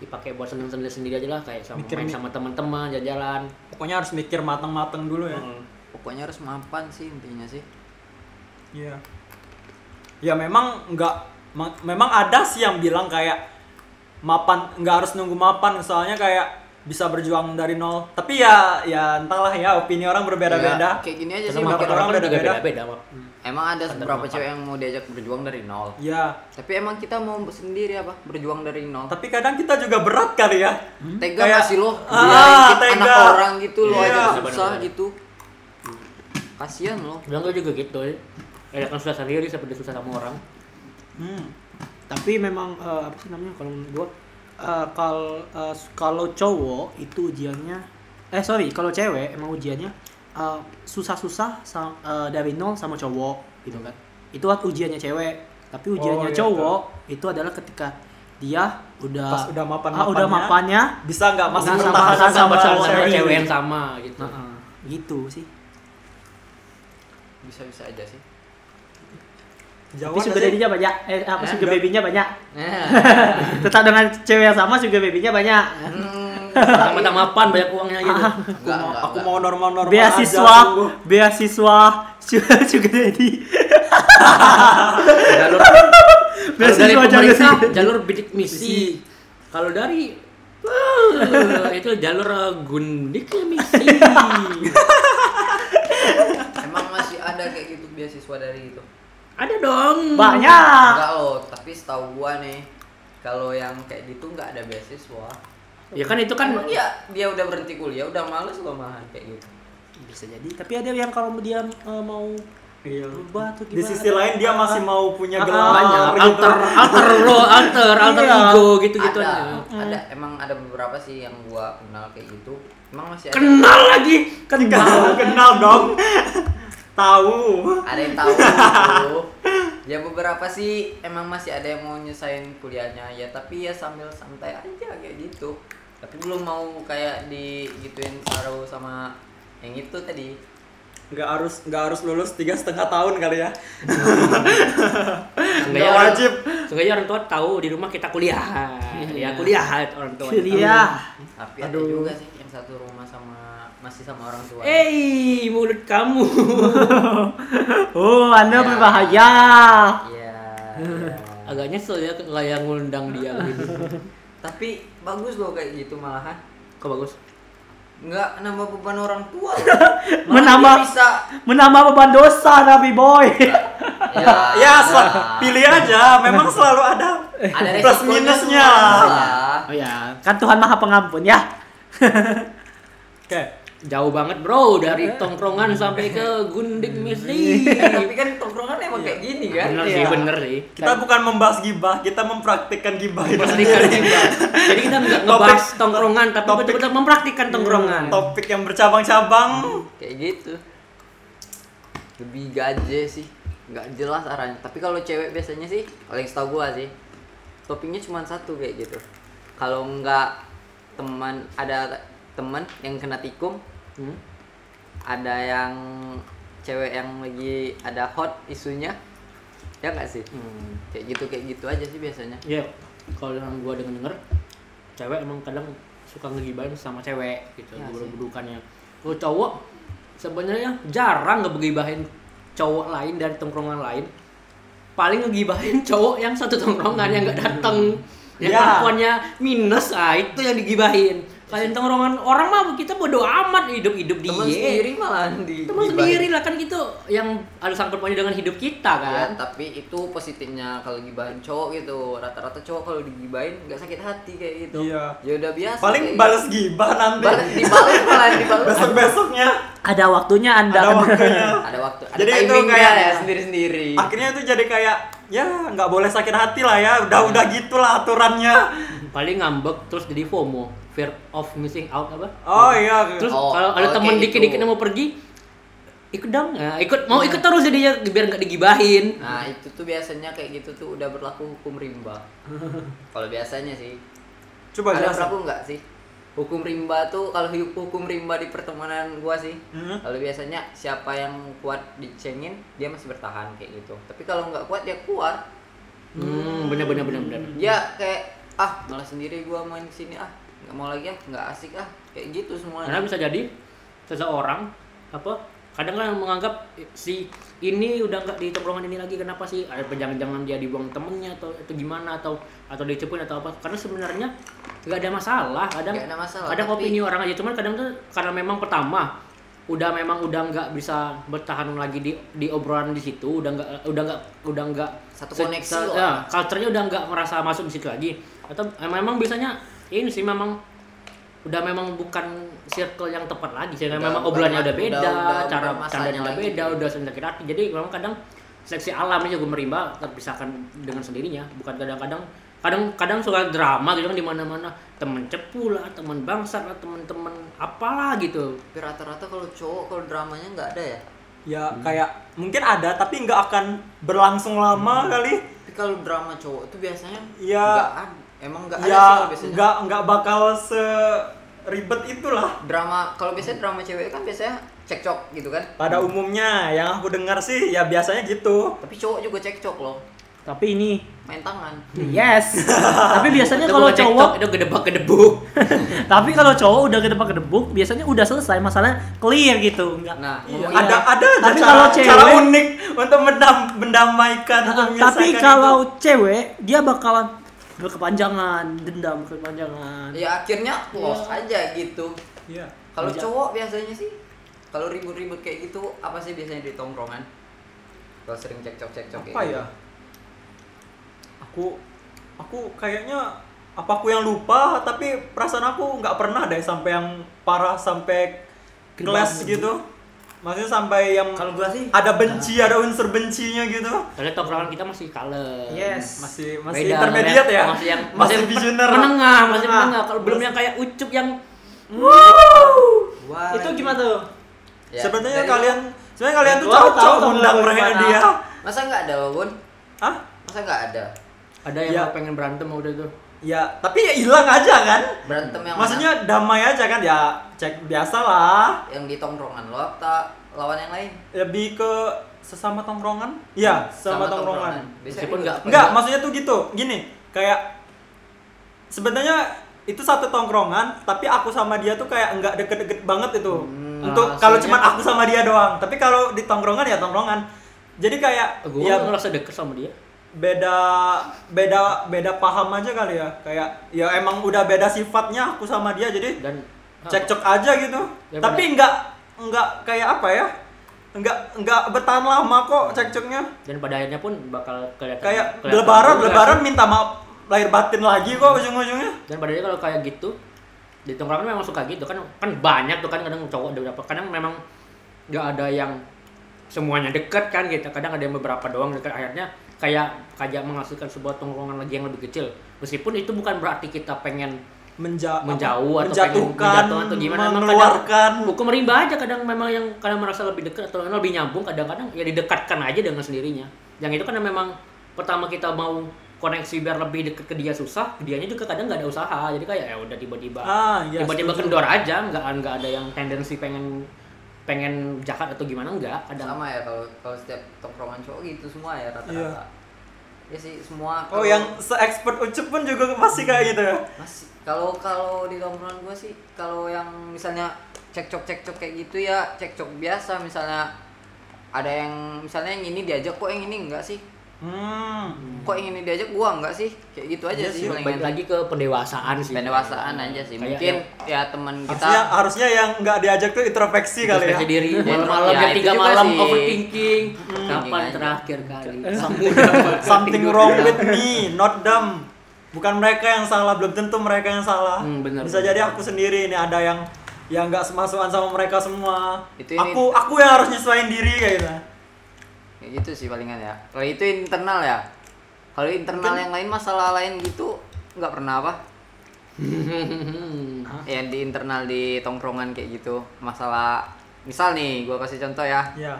dipakai buat seneng seneng sendiri aja lah kayak sama Mikir main mi- sama teman-teman jalan-jalan pokoknya harus mikir matang-matang dulu ya Hmm. Pokoknya harus mapan sih intinya sih. iya ya memang nggak ma- memang ada sih yang bilang kayak mapan nggak harus nunggu mapan soalnya kayak bisa berjuang dari nol tapi ya ya entahlah ya opini Ya, orang berbeda-beda kayak gini aja sih sama pendapat mikir Iya orang orang kan juga beda-beda. Hmm. beda-beda Emang ada Kadang beberapa apa? cewek yang mau diajak berjuang dari nol. ya Tapi emang kita mau sendiri apa? Berjuang dari nol. tapi kadang kita juga berat kali ya Tega Kayak- gak sih lo? Ah, Biarin kita tega. anak orang gitu lo Iya. aja Bener-bener. susah gitu. Kasihan lo. bilang gua juga gitu ya kan susah sendiri seperti susah sama orang hmm. tapi memang eh, apa sih namanya kalau menurut gua eh, kalau eh, kalau cowok itu ujiannya eh sorry kalau cewek emang ujiannya eh, susah-susah sa- eh, dari nol sama cowok gitu kan itu kan ujiannya cewek tapi ujiannya Oh, iya, cowok itu adalah ketika dia udah Pas udah mapan-mapannya. ah, udah mapannya bisa nggak masih Nggak bertahan sama- sama cowok. sama Cewek. cewek yang sama gitu Nah, eh, gitu sih Bisa-bisa aja sih. tapi Jawa nggak sugar sih? daddy-nya banyak eh apa Eh, sugar baby-nya banyak Nah. tetap dengan cewek yang sama sugar baby-nya banyak Hmm. sama mapan banyak uangnya gitu Ah. aku mau, aku mau normal-normal beasiswa aja, sungguh. beasiswa sugar sugar daddy jalur Beasiswa jalur kalau dari pemerintah sendiri. jalur bidik misi kalau dari eh, itu jalur eh, gundik misi Emang masih ada kayak gitu beasiswa dari itu. Ada dong. Ah. Banyak. Enggak loh, tapi setahu gua nih kalau yang kayak gitu nggak ada beasiswa. Ya kan itu kan Kan iya. dia dia udah berhenti kuliah, udah males gua malahan kayak gitu. Bisa jadi. Tapi ada yang kalau dia eh, mau Iya. berubah atau gimana? Di sisi lain dia masih mau punya Ah, gelar banyak gitu. alter alter lo alter alter Iya. ego ya. gitu-gitu ada, aja. ada emang ada beberapa sih yang gua kenal kayak gitu. Emang masih ada. Kenal lagi. Kenal, kenal dong. Tahu. ada yang tahu gitu. ya beberapa sih emang masih ada yang mau nyesain kuliahnya ya tapi ya sambil santai aja kayak gitu tapi belum mau kayak digituin Saro sama yang itu tadi Nggak harus nggak harus lulus tiga setengah tahun kali ya. ya Seenggaknya Nggak orang- wajib. Seenggaknya orang tua tahu di rumah kita kuliah. Iya. Ya kuliah orang tua. Kuliah. tapi ada Aduh. juga sih yang satu rumah sama masih sama orang tua Eh, mulut kamu. Oh, Anda Ya. berbahaya. Iya, iya. Agak nyesel ya nggak yang ngundang dia gitu. tapi bagus loh kayak gitu malahan Kok bagus? nggak nambah beban orang tua Malah Menambah- dia bisa Menambah beban dosa, Nabi Boy. ya, Ya, sel- pilih aja. Memang selalu ada ada plus resikonya minusnya. semua lah. Oh ya, kan Tuhan Maha Pengampun ya. Oke. Jauh banget bro dari tongkrongan sampai ke Gundik Misi. tapi kan tongkrongan emang kayak gini kan Bener Iya. sih, bener sih. Kita bukan membahas gibah, kita mempraktikkan gibah itu. Praktikan juga. Jadi kita nggak Topik- ngebahas tongkrongan, tapi topik- Iya. betul-betul mempraktikkan tongkrongan. Topik yang bercabang-cabang. kayak gitu lebih gaje sih nggak jelas arahnya tapi kalau cewek biasanya sih paling setahu gua sih topiknya cuma satu kayak gitu kalau nggak teman ada teman yang kena tikung Hmm? ada yang cewek yang lagi ada hot isunya ya nggak sih Hmm. kayak gitu kayak gitu aja sih biasanya Ya, kalau yang gua denger denger, cewek emang kadang suka ngegibahin sama cewek gitu, Iya ya, sih. gedudukannya. Kalau cowok sebenarnya jarang ngegibahin cowok lain dari tongkrongan lain. Paling ngegibahin cowok yang satu tongkrongan yang nggak datang, yang Ya. kelakuannya minus, ah itu yang digibahin. Kalian tongkrongan orang mah kita bodo amat hidup-hidup dia. teman sendiri malah di Teman dibaik. sendiri lah kan gitu yang ada sangkut pautnya dengan hidup kita kan. Ya, tapi itu positifnya kalau gibahin cowok gitu. Rata-rata cowok kalau digibahin nggak sakit hati kayak gitu. Iya. Ya udah biasa. Paling kayak balas gibah gitu. nanti. balas dibales malah dibales. Besok-besoknya Ada waktunya Anda ada akan- waktunya. ada waktu. Ada Jadi itu timingnya kayak- ya sendiri-sendiri. Akhirnya itu jadi kayak ya nggak boleh sakit hati lah ya. Udah udah gitulah aturannya. paling ngambek terus jadi FOMO fear of missing out apa Oh iya. terus Oh, kalau ada oh, temen kayak dikit-dikit gitu. yang mau pergi ikut dong ya ikut mau ikut terus jadinya biar nggak digibahin Nah, itu tuh biasanya kayak gitu tuh udah berlaku hukum rimba. kalau biasanya sih. Coba ada jelasin. berlaku nggak sih? Hukum rimba tuh kalau hu- hukum rimba di pertemanan gua sih. Hmm. Kalau biasanya siapa yang kuat dicengin, dia masih bertahan kayak gitu. Tapi kalau nggak kuat dia keluar. hmm bener bener bener bener dia kayak ah malah sendiri gua main sini ah nggak mau lagi ah nggak asik ah kayak gitu karena semuanya bisa jadi seseorang apa kadang kan menganggap si ini udah nggak di tongkrongan ini lagi kenapa sih ada jangan-jangan dia dibuang temennya atau itu gimana atau atau dicepin atau apa karena sebenarnya nggak ada masalah kadang Nggak ada masalah, kadang tapi- opini orang aja cuman kadang tuh karena memang pertama udah memang udah nggak bisa bertahan lagi di di obrolan di situ udah nggak udah nggak udah nggak Satu se- koneksi se- loh. ya, culture-nya udah nggak merasa masuk di situ lagi atau eh, memang biasanya ini sih memang udah memang bukan circle yang tepat lagi sih Udah memang bukan obrolannya ma- udah beda udah- udah cara bukan candanya masanya udah lagi. beda udah sering sakit hati jadi memang kadang seleksi alamnya juga merimba terpisahkan dengan sendirinya bukan kadang-kadang kadang-kadang suka drama gitu kan di mana-mana temen cepu lah temen bangsat lah temen-temen apalah gitu tapi rata-rata kalau cowok kalau dramanya nggak ada ya Ya kayak mungkin ada tapi nggak akan berlangsung lama kali. tapi kalau drama cowok tuh biasanya Iya. nggak ada emang nggak ada sih ya kalau biasanya nggak nggak bakal seribet itulah. drama kalau biasanya drama cewek kan biasanya cekcok gitu kan Pada umumnya yang aku dengar sih ya biasanya gitu. tapi cowok juga cekcok loh Tapi ini main tangan yes. Tapi biasanya Itu kalau bukan cowok TikTok, itu gedebak-gedebuk Tapi kalau cowok udah ke tempat kedebuk, biasanya udah selesai masalahnya clear gitu. Enggak. nah Iya, ngomongin- ada ada aja Tapi cara, kalau cara cewek- unik untuk mendam, mendamaikan atau Tapi menyelesaikan itu. kalau cewek, dia bakalan berkepanjangan, dendam berkepanjangan. ya akhirnya close aja gitu Iya. kalau Iya. cowok biasanya sih kalau ribut-ribut kayak gitu apa sih biasanya di tongkrongan Kalau sering cekcok-cekcok gitu. apa ya aku aku kayaknya apa aku yang lupa tapi perasaan aku nggak pernah deh sampai yang parah sampai kelas gitu maksudnya sampai yang Kalau gua sih ada benci ada unsur bencinya gitu Soalnya tongkrongan kita masih kalem. Yes. masih masih Beda, intermediate ya Masih yang masih yang beginner Menengah, masih Menengah. menengah. Kalau belum yang kayak ucup yang Wah, Itu gimana tuh? Ya, dari- sebenarnya kalian sebenarnya kalian tuh Gua tahu cocok kamu undang gimana. mereka dia Masa nggak ada Wawon? Hah? Masa nggak ada? ada yang Ya. mau pengen berantem udah itu. ya tapi ya hilang aja kan Berantem yang maksudnya damai aja kan ya cek biasa lah mana? Yang di tongkrongan lo apa lawan yang lain? lebih ke sesama tongkrongan ya sesama tongkrongan, Hmm, Biasanya Meskipun ikut nggak- apa enggak ya? maksudnya tuh gitu gini kayak sebenarnya itu satu tongkrongan tapi aku sama dia tuh kayak enggak deket-deket banget itu Hmm, untuk kalau hasilnya- cuman aku sama dia doang tapi kalau di tongkrongan ya tongkrongan jadi kayak Gue ya ngerasa deket sama dia. beda beda beda paham aja kali ya kayak ya emang udah beda sifatnya aku sama dia jadi Dan cekcok aja gitu Ya, tapi nggak nggak kayak apa ya nggak nggak bertahan lama kok cekcoknya dan pada akhirnya pun bakal kelihatan kayak kelihatan lebaran juga lebaran sih. minta maaf lahir batin lagi kok ujung-ujungnya dan pada akhirnya kalau kayak gitu di tongkrongan memang suka gitu kan kan banyak tuh kan kadang cowok ada berapa kadang memang nggak ada yang semuanya deket kan gitu kadang ada yang beberapa doang dekat akhirnya kayak kayak menghasilkan sebuah tongkrongan lagi yang lebih kecil meskipun itu bukan berarti kita pengen Menja menjauh atau pengen menjatuhkan menjatuhkan atau gimana Emang mengeluarkan kadang hukum rimba aja kadang memang yang kadang merasa lebih dekat atau lebih nyambung kadang-kadang ya didekatkan aja dengan sendirinya yang itu karena memang pertama kita mau koneksi biar lebih dekat ke dia susah dianya juga kadang nggak ada usaha jadi kayak ya udah tiba-tiba ah ya tiba-tiba setuju. kendor aja nggak nggak ada yang tendensi pengen pengen jahat atau gimana nggak ada sama ya kalau kalau setiap tongkrongan cowok gitu semua ya Iya. rata-rata. Ya sih semua. oh kalau- yang se expert ucup pun juga masih kayak gitu ya masih kalau kalau di tongkrongan gue sih kalau yang misalnya cekcok cekcok kayak gitu ya cekcok biasa misalnya ada yang misalnya yang ini diajak kok yang ini enggak sih hmm kok yang ini diajak gua enggak sih kayak gitu aja Iya sih sih, paling balik enak. lagi ke pendewasaan sih pendewasaan aja sih Kayak mungkin ya teman kita harusnya harusnya yang nggak diajak tuh introspeksi kali ya introspeksi diri malam-malam Ya, jam itu tiga juga malam sih. Hmm, overthinking kapan aja. terakhir kali Something wrong with me, not them. Bukan mereka yang salah, belum tentu mereka yang salah. Hmm, benar, Bisa benar. jadi aku sendiri ini ada yang yang nggak semasukan sama mereka semua. Itu ini- aku aku yang harus nyesuaiin diri kayak gitu. kayak gitu sih palingan ya kalau itu internal ya kalau internal yang lain masalah lain gitu nggak pernah apa ya di internal di tongkrongan kayak gitu masalah misal nih gua kasih contoh ya Ya.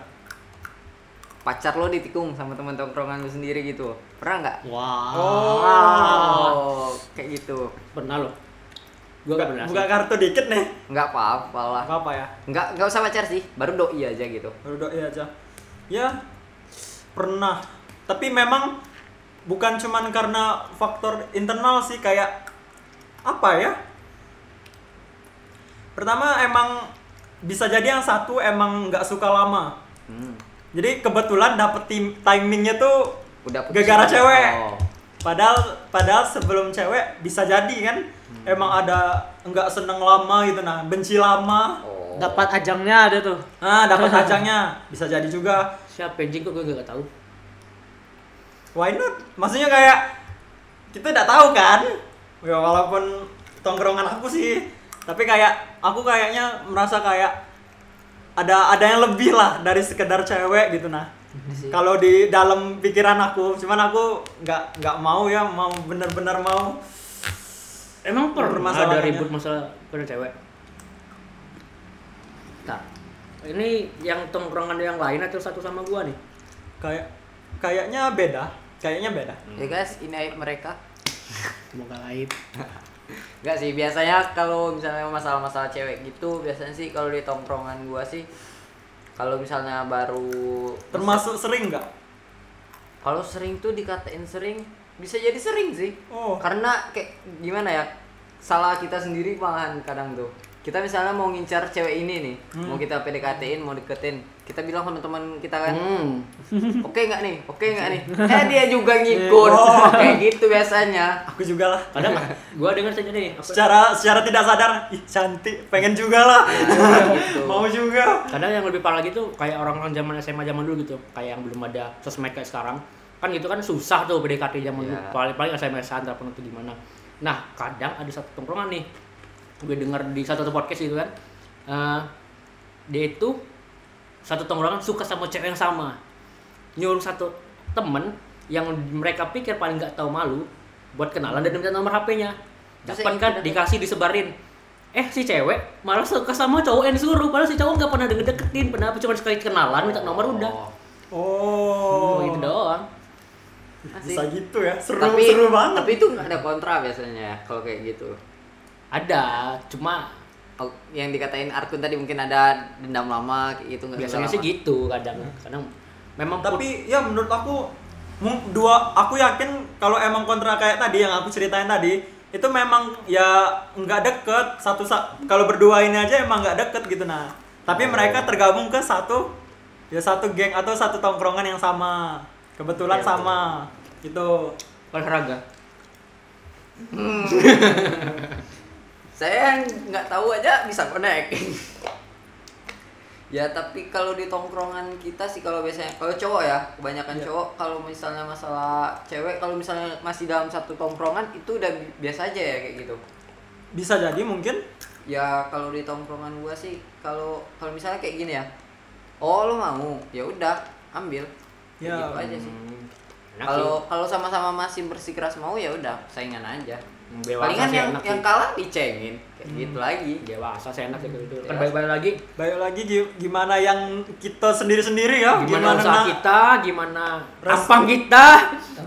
pacar lo ditikung sama teman tongkrongan lo sendiri gitu pernah nggak Wow. oh kayak gitu Pernah loh. Gua gak pernah. sih. Buka kartu dikit nih. nggak apa-apa lah Apa, apa ya? nggak nggak usah pacar sih baru doi aja gitu Baru doi aja. Ya. Pernah. Tapi memang bukan cuman karena faktor internal sih kayak apa ya? Pertama emang bisa jadi yang satu emang nggak suka lama. Hmm, Jadi kebetulan dapet tim- timingnya tuh udah putus. gara-gara cewek. Oh. Padahal padahal sebelum cewek bisa jadi kan emang ada nggak seneng lama gitu nah, benci lama. Oh. Dapat ajangnya ada tuh. Ah, dapat ajangnya. Bisa jadi juga. Siapa anjing kok gue gak tahu. Why not? Maksudnya kayak kita nggak tahu kan? Ya walaupun tongkrongan aku sih, tapi kayak aku kayaknya merasa kayak ada ada yang lebih lah dari sekedar cewek gitu nah. Kalau di dalam pikiran aku, cuman aku nggak nggak mau ya mau bener-bener mau Emang pernah ada Permasalahannya. ribut masalah karena cewek? Bentar. Nah, Ini yang tongkrongan yang lain atau satu sama gua nih? kayak kayaknya beda, kayaknya beda. ya guys ini aib mereka Semoga lain. Enggak sih, biasanya kalau misalnya masalah-masalah cewek gitu, biasanya sih kalau di tongkrongan gua sih kalau misalnya baru Termasuk sering nggak? kalau sering tuh dikatain sering, bisa jadi sering sih. Oh. Karena kayak gimana ya? Salah kita Hmm. sendiri malahan kadang tuh. Kita misalnya mau ngincar cewek ini nih, mau kita PDKT-in, mau deketin. kita bilang sama teman kita kan Hmm. oke nggak nih oke nggak nih eh dia juga ngikut Oh. kayak gitu biasanya Aku juga lah. Kadang gua dengar saja nih. apa- Secara secara tidak sadar, ih cantik, pengen juga lah. Nah, gitu Mau juga. Kadang yang lebih parah lagi tuh kayak orang-orang zaman SMA zaman dulu gitu, kayak yang belum ada sosmed kayak sekarang. Kan gitu kan susah tuh PDKT zaman dulu, Iya. paling paling SMS an telepon atau gimana. Nah, kadang ada satu tongkrongan nih. Gue dengar di satu podcast gitu kan. eh, dia itu satu tongkrongan suka sama cewek yang sama. Nyuruh satu temen yang mereka pikir paling nggak tahu malu buat kenalan dan minta nomor HP-nya. Terus Dapat kan dikasih disebarin. Eh si cewek malah suka sama cowok yang disuruh, padahal si cowok nggak pernah denger deketin, pernah cuma sekali kenalan minta nomor udah. Oh. Oh. Cuma gitu doang. Asik. Bisa gitu ya. Seru tapi seru banget. tapi itu nggak ada kontra biasanya ya kalau kayak gitu Ada, cuma Oh, yang dikatain Arkun tadi mungkin ada dendam lama kayak gitu nggak biasanya suka sih lama. gitu kadang. Kadang memang put- tapi ya menurut aku mu- dua aku yakin kalau emang kontra kayak tadi yang aku ceritain tadi itu memang ya nggak deket satu sa- kalau berdua ini aja emang nggak deket gitu Oh. nah tapi mereka tergabung ke satu ya satu geng atau satu tongkrongan yang sama kebetulan Iya, sama gitu olahraga. saya yang nggak tahu aja bisa connect ya tapi kalau di tongkrongan kita sih kalau biasanya kalau cowok ya kebanyakan Iya. cowok kalau misalnya masalah cewek kalau misalnya masih dalam satu tongkrongan itu udah bi- biasa aja ya kayak gitu bisa jadi mungkin ya kalau di tongkrongan gua sih kalau kalau misalnya kayak gini ya oh lo mau ya udah ambil Ya, ya, gitu aja sih Hmm, enak sih. kalau kalau sama-sama masih bersikeras mau ya udah saingan aja Hmm, dewasa palingan sih yang enak yang sih. Hmm. kalah dicengin kayak gitu lagi dewasa sih enak gitu gitu. Kan Dewasa. balik-balik lagi baik lagi gi- gimana yang kita sendiri-sendiri ya gimana, usaha nah- kita, gimana Terus- tampang kita,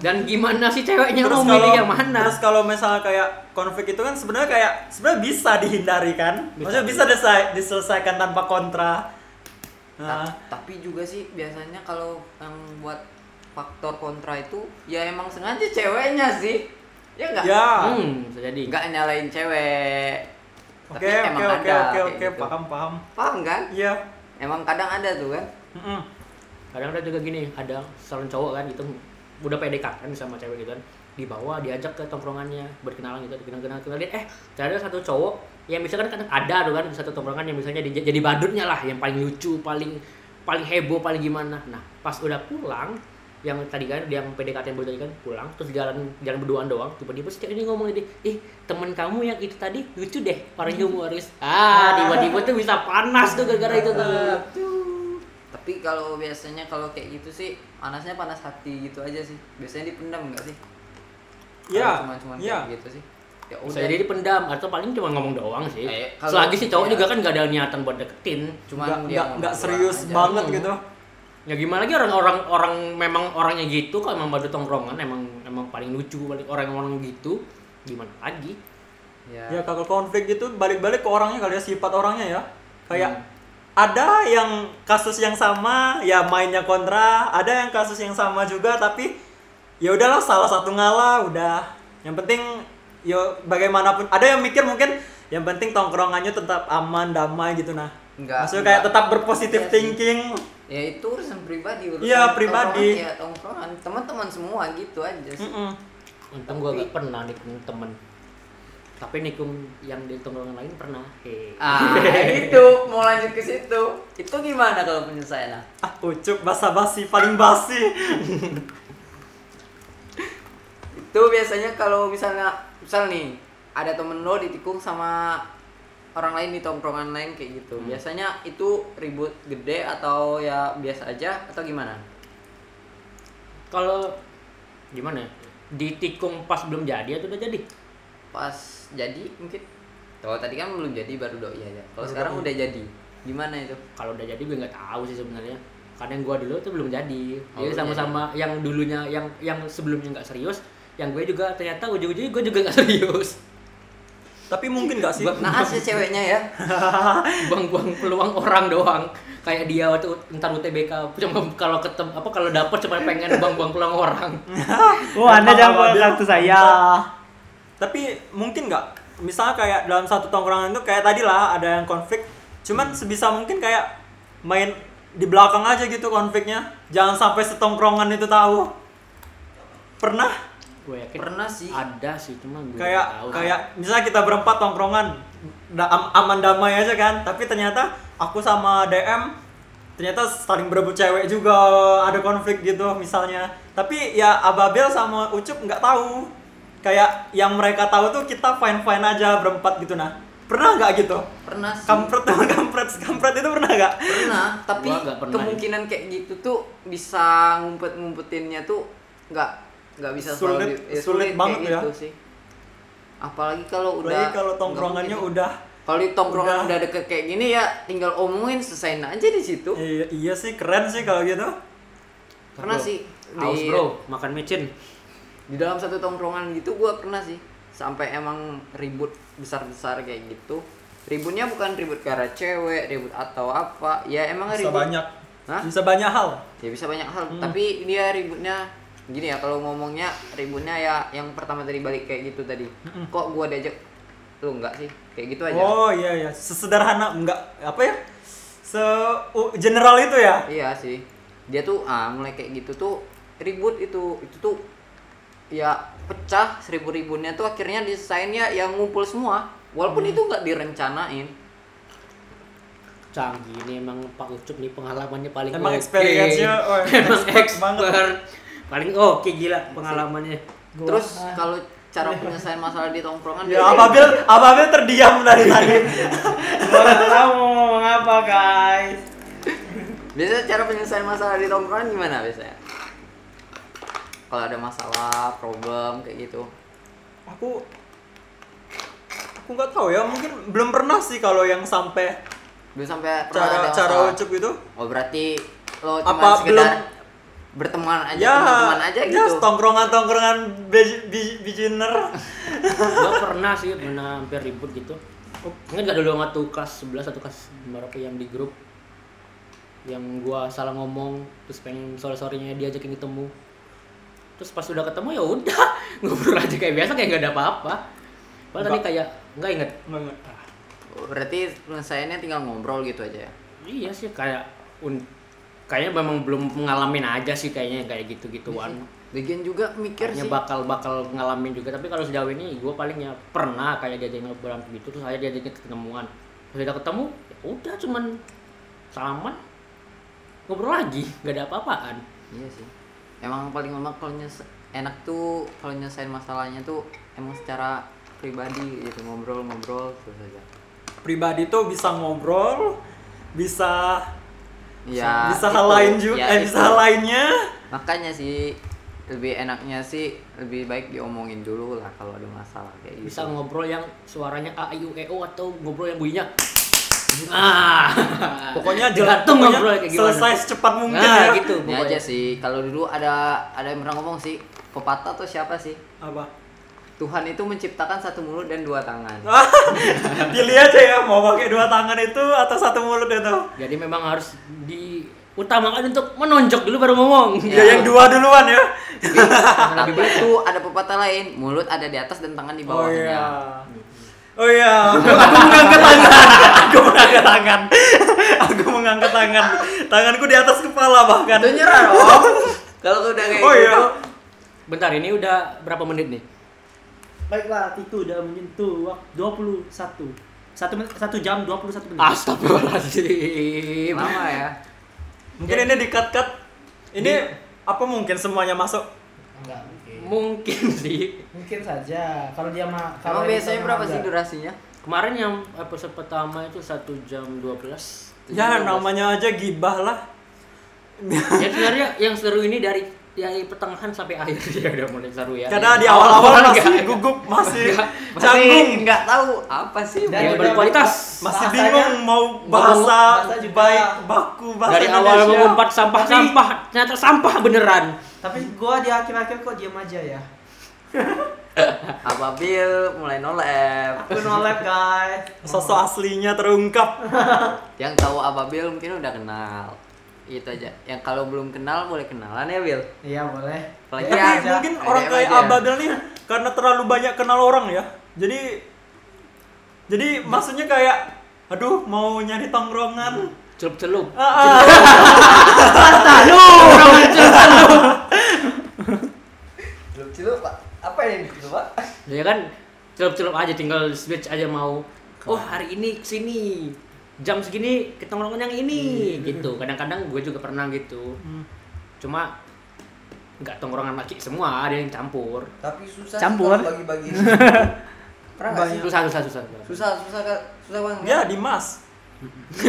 dan gimana si ceweknya terus mau kalau milih yang mana. terus kalau misalnya kayak konflik itu kan sebenarnya kayak sebenarnya bisa dihindari kan maksudnya bisa disel- diselesaikan tanpa kontra nah, Ta- tapi juga sih biasanya kalau yang buat faktor kontra itu ya emang sengaja ceweknya sih ya enggak ya Hmm, bisa jadi. enggak nyalain cewek tapi oke oke emang oke ada oke kayak oke gitu. paham paham paham kan iya emang kadang ada tuh kan Mm-mm. kadang ada juga gini ada seorang cowok kan gitu udah PDKT kan sama cewek gitu kan dibawa diajak ke tongkrongannya berkenalan gitu dikenal kenal kenal eh ternyata ada satu cowok yang misalkan kan ada tuh kan di satu tongkrongan yang misalnya dij- jadi badutnya lah yang paling lucu paling paling heboh paling gimana nah pas udah pulang yang tadi kan dia yang PDKT yang baru tadi kan pulang terus jalan jalan berduaan doang tiba-tiba si cewek ini ngomong ini ih temen kamu yang itu tadi lucu deh orangnya humoris ah tiba-tiba tuh bisa panas tuh gara-gara itu tuh tapi kalau biasanya kalau kayak gitu sih panasnya panas hati gitu aja sih biasanya dipendam enggak sih Iya, cuma cuma iya. kayak gitu sih ya Bisa jadi dipendam atau paling cuma ngomong doang sih. Eh, kalau- Selagi si cowok iya. juga kan gak ada niatan buat deketin. cuman nggak dia nggak nggak ngomong serius doang aja. banget Hmm. gitu Ya gimana lagi orang-orang orang memang orangnya gitu kok emang baru tongkrongan emang emang paling lucu paling orang-orang gitu gimana lagi? ya, ya kalau konflik gitu balik-balik ke orangnya kali ya sifat orangnya ya kayak Hmm. ada yang kasus yang sama ya mainnya kontra ada yang kasus yang sama juga tapi ya udahlah salah satu ngalah udah yang penting yo bagaimanapun ada yang mikir mungkin yang penting tongkrongannya tetap aman damai gitu nah Enggak, maksudnya kayak enggak. tetap berpositif Iya sih. thinking ya itu urusan pribadi urusan Iya, pribadi. tongkrongan ya tongkrongan teman-teman semua gitu aja sih Mm-mm. Untung gua gak pernah nikung temen. Tapi nikung yang di tongkrongan lain pernah. Hei. ah itu mau lanjut ke situ itu gimana kalau penyelesaiannya ah ucup basa-basi paling basi itu biasanya kalau misalnya misal nih ada temen lo ditikung sama orang lain di tongkrongan lain kayak gitu biasanya itu ribut gede atau ya biasa aja atau gimana Kalau gimana? ya? Ditikung pas belum jadi atau udah jadi? pas jadi mungkin kalau tadi kan belum jadi baru doi aja kalau sekarang udah jadi gimana itu kalau udah jadi gue nggak tahu sih sebenarnya karena yang gue dulu tuh belum jadi Oh, jadi iya, belum sama-sama yang dulunya yang yang sebelumnya nggak serius yang gue juga ternyata ujung-ujungnya gue juga nggak serius tapi mungkin gak sih naas ya ceweknya ya buang-buang peluang orang doang kayak dia waktu ntar UTBK cuma kalau ketemu apa kalau dapet cuma pengen buang-buang peluang orang Oh, Anda jangan buang kartu saya. tapi mungkin nggak misalnya kayak dalam satu tongkrongan itu kayak tadi lah ada yang konflik cuman sebisa mungkin kayak main di belakang aja gitu konfliknya. Jangan sampai setongkrongan itu tahu. Pernah Gue yakin Pernah sih. ada sih cuma gue nggak kayak tahu. kayak misalnya kita berempat tongkrongan da- am- aman damai aja kan, tapi ternyata aku sama DM ternyata saling berebut cewek juga ada konflik gitu misalnya. Tapi ya Ababel sama Ucup nggak tahu. Kayak yang mereka tahu tuh kita fine fine aja berempat gitu nah. Pernah nggak gitu? Pernah sih. Kampret teman kampret kampret itu pernah nggak? pernah tapi Gua nggak pernah ya. kemungkinan kayak gitu tuh bisa ngumpet ngumpetinnya tuh nggak nggak bisa selalu Sulit- di- ya, sulit banget kayak gitu ya. sih apalagi kalau udah Apalagi kalau tongkrongannya nggak mungkin. udah kalau di tongkrongan udah. udah. deket kayak gini ya tinggal omongin selesain aja di situ Iya, iya sih keren sih kalau gitu. pernah sih Haus di bro, makan micin. di dalam satu tongkrongan gitu gua pernah sih sampai emang ribut besar besar kayak gitu ributnya bukan ribut karena cewek ribut atau apa ya emang Bisa ribut banyak. Hah? Bisa banyak hal. ya bisa banyak hal Hmm. tapi dia ributnya gini ya kalau ngomongnya ributnya ya yang pertama tadi balik kayak gitu tadi kok gua diajak lu enggak sih kayak gitu aja Hmm. Oh iya iya, sesederhana enggak apa ya? Se u- general itu ya. iya sih dia tuh ah mulai kayak gitu tuh ribut itu itu tuh ya pecah seribu ribunnya tuh akhirnya desainnya yang ngumpul semua walaupun Hmm. itu nggak direncanain Canggih ini emang Pak Ucup nih pengalamannya paling Emang oke. experience-nya, wah, emang expert banget. expert. Paling oh, oke gila pengalamannya. terus kalau cara penyelesaian masalah di tongkrongan ah. Ya dia- Ababil, Ababil terdiam dari tadi. Kamu mau ngomong apa guys? Biasanya cara penyelesaian masalah di tongkrongan gimana biasanya? Kalau ada masalah, problem kayak gitu. aku aku nggak tahu ya, mungkin belum pernah sih kalau yang sampai Dulu sampai pernah ada cara cara masalah. ucup itu. Oh berarti lo Apa cuma sekedar belum- berteman aja, Ya, teman-teman aja ya gitu. tongkrongan-tongkrongan bij- bij- beginner. gue pernah sih pernah hampir ribut gitu ingat gak dulu waktu kelas 11 atau kelas berapa yang di grup yang gua salah ngomong terus pengen sore sorenya diajakin ketemu terus pas udah ketemu ya udah ngobrol aja kayak biasa kayak gak ada apa-apa padahal tadi kayak nggak inget Oh, Berarti penyelesaiannya tinggal ngobrol gitu aja ya. iya sih kayak un kayaknya memang belum ngalamin aja sih kayaknya yang kayak gitu gituan Lagian juga mikir kayaknya sih. bakal bakal ngalamin juga tapi kalau sejauh ini gue paling ya pernah kayak diajakin ngobrol gitu terus akhirnya diajakin ketemuan terus udah ketemu ya udah cuman salaman ngobrol lagi nggak ada apa-apaan Iya sih. Emang paling lama kalau nyes- enak tuh kalau nyelesain masalahnya tuh emang secara pribadi gitu ngobrol-ngobrol terus aja. Pribadi tuh bisa ngobrol, bisa Ya, bisa hal itu. lain juga, Ya, eh, bisa itu. hal lainnya. makanya sih lebih enaknya sih lebih baik diomongin dulu lah kalau ada masalah kayak Iya, gitu bisa ngobrol yang suaranya a i u e o atau ngobrol yang bunyinya ah Iya. Pokoknya jelas tergantung ngobrol pokoknya kayak gimana selesai secepat mungkin nah ya. gitu ini pokoknya aja sih kalau dulu ada ada yang pernah ngomong sih pepatah tuh siapa sih Apa? Tuhan itu menciptakan satu mulut dan dua tangan Pilih aja ya mau pakai dua tangan itu atau satu mulut itu. jadi memang harus diutamakan untuk menonjok dulu baru ngomong Iya. Ya, yang dua duluan ya. tapi itu ada pepatah lain mulut ada di atas dan tangan di Oh bawahnya iya. Oh iya, aku aku mengangkat tangan. Aku mengangkat tangan. Aku mengangkat tangan. Tanganku di atas kepala bahkan. itu nyerah dong kalau udah kayak Oh iya. gitu bentar ini udah berapa menit nih Baiklah, itu udah menyentuh waktu 21. 1 menit 1 jam 21 Ah. menit. Astagfirullahaladzim. lama ya Mungkin ini dikat-kat. Ini apa mungkin semuanya masuk? Enggak mungkin. Mungkin sih. Mungkin saja. Kalau dia mah emang biasanya berapa sih durasinya Kemarin yang episode pertama itu 1 jam 12. Iya, Ya namanya aja gibah lah. ya sebenarnya yang seru ini dari dari pertengahan sampai akhir dia udah mulai seru ya. Karena di awal-awal enggak. masih gugup, masih Masih canggung, nggak tahu apa sih Dan Dia udah berkualitas. masih Bahasanya- bingung mau bahasa bahasa juga. baik baku bahasa Dari awal Indonesia. mengumpat sampah-sampah, ternyata sampah beneran. Tapi gua di akhir-akhir kok diam aja ya. Ababil mulai nolep Aku no lab, guys. Sosok aslinya terungkap. Yang tahu Ababil mungkin udah kenal. Itu aja. Yang kalau belum kenal boleh kenalan ya, Bil. Iya, boleh. Apalagi Iya, Tapi aja. mungkin orang Ada kayak aja. Abadel nih karena terlalu banyak kenal orang ya. Jadi jadi maksudnya kayak aduh mau nyari tongkrongan celup-celup. Pasta lu. Celup celup pak. Apa yang dicilup pak? Ya kan celup-celup aja tinggal switch aja mau. Oh, hari ini kesini. Jam segini kita nongkrong yang ini Hmm. gitu. Kadang-kadang gue juga pernah gitu. Cuma nggak tongkrongan laki semua, ada yang campur. Tapi susah. Campur. Bagi bagi. Pernah nggak sih? Susah, susah, susah. Susah susah Kak. susah bang. Ya, Dimas.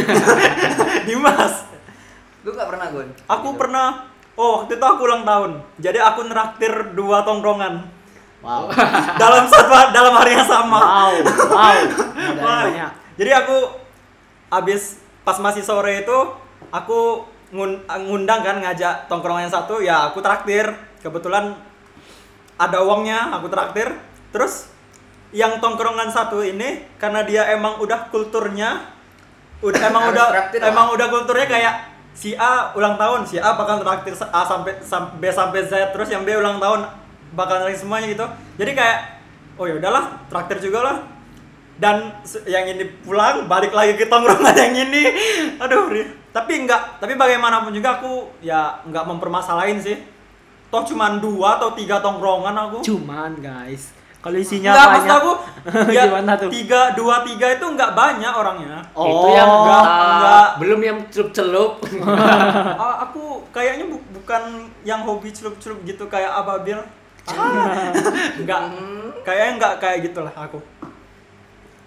Dimas. Lu nggak pernah gon? Aku pernah Oh, waktu itu aku ulang tahun. Jadi aku neraktir dua tongkrongan Wow. dalam satu dalam hari yang sama. Wow. Wow. Wah. Banyak. Jadi aku abis pas masih sore itu aku ngun- ngundang kan ngajak tongkrongan yang satu ya aku traktir. Kebetulan ada uangnya aku traktir. Terus yang tongkrongan satu ini karena dia emang udah kulturnya udah Harus emang udah traktir lah. emang udah kulturnya kayak si A ulang tahun, si A bakal traktir se- A sampai sam- B sampai Z terus yang B ulang tahun bakal traktir semuanya gitu. Jadi kayak oh ya udahlah traktir juga lah. Dan se- yang ini pulang balik lagi ke tongkrongan yang ini. Aduh, ri- tapi enggak, tapi bagaimanapun juga aku ya enggak mempermasalahin sih. Toh cuman dua atau tiga tongkrongan aku. Cuman guys, kalau isinya Enggak, maksud banyak. aku ya, Gimana tuh? tiga, dua, tiga itu enggak banyak orangnya Itu yang Oh, enggak, ah, enggak. belum yang celup-celup. Ah, aku kayaknya bu- bukan yang hobi celup-celup gitu kayak ababil Ah. enggak, kayaknya enggak kayak gitulah aku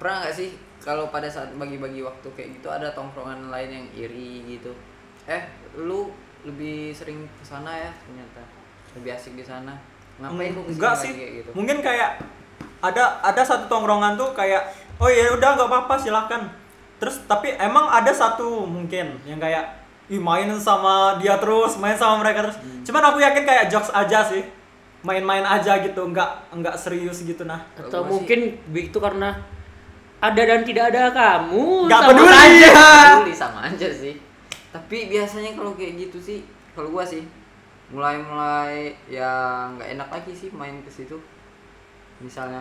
Pernah nggak sih kalau pada saat bagi-bagi waktu kayak gitu ada tongkrongan lain yang iri gitu? Eh, lu lebih sering ke sana ya ternyata. Lebih asik di sana. Ngapain lu kesini enggak lagi sih kayak gitu? mungkin kayak ada ada satu tongkrongan tuh kayak oh ya udah nggak apa-apa silahkan terus tapi emang ada satu mungkin yang kayak Ih, main sama dia terus main sama mereka terus Hmm. cuman aku yakin kayak jokes aja sih main-main aja gitu nggak nggak serius gitu nah Atau Masih- mungkin itu karena ada dan tidak ada kamu. Nggak sama peduli. saja. peduli sama aja sih tapi biasanya kalau kayak gitu sih kalau gua sih mulai-mulai ya nggak enak lagi sih main ke situ misalnya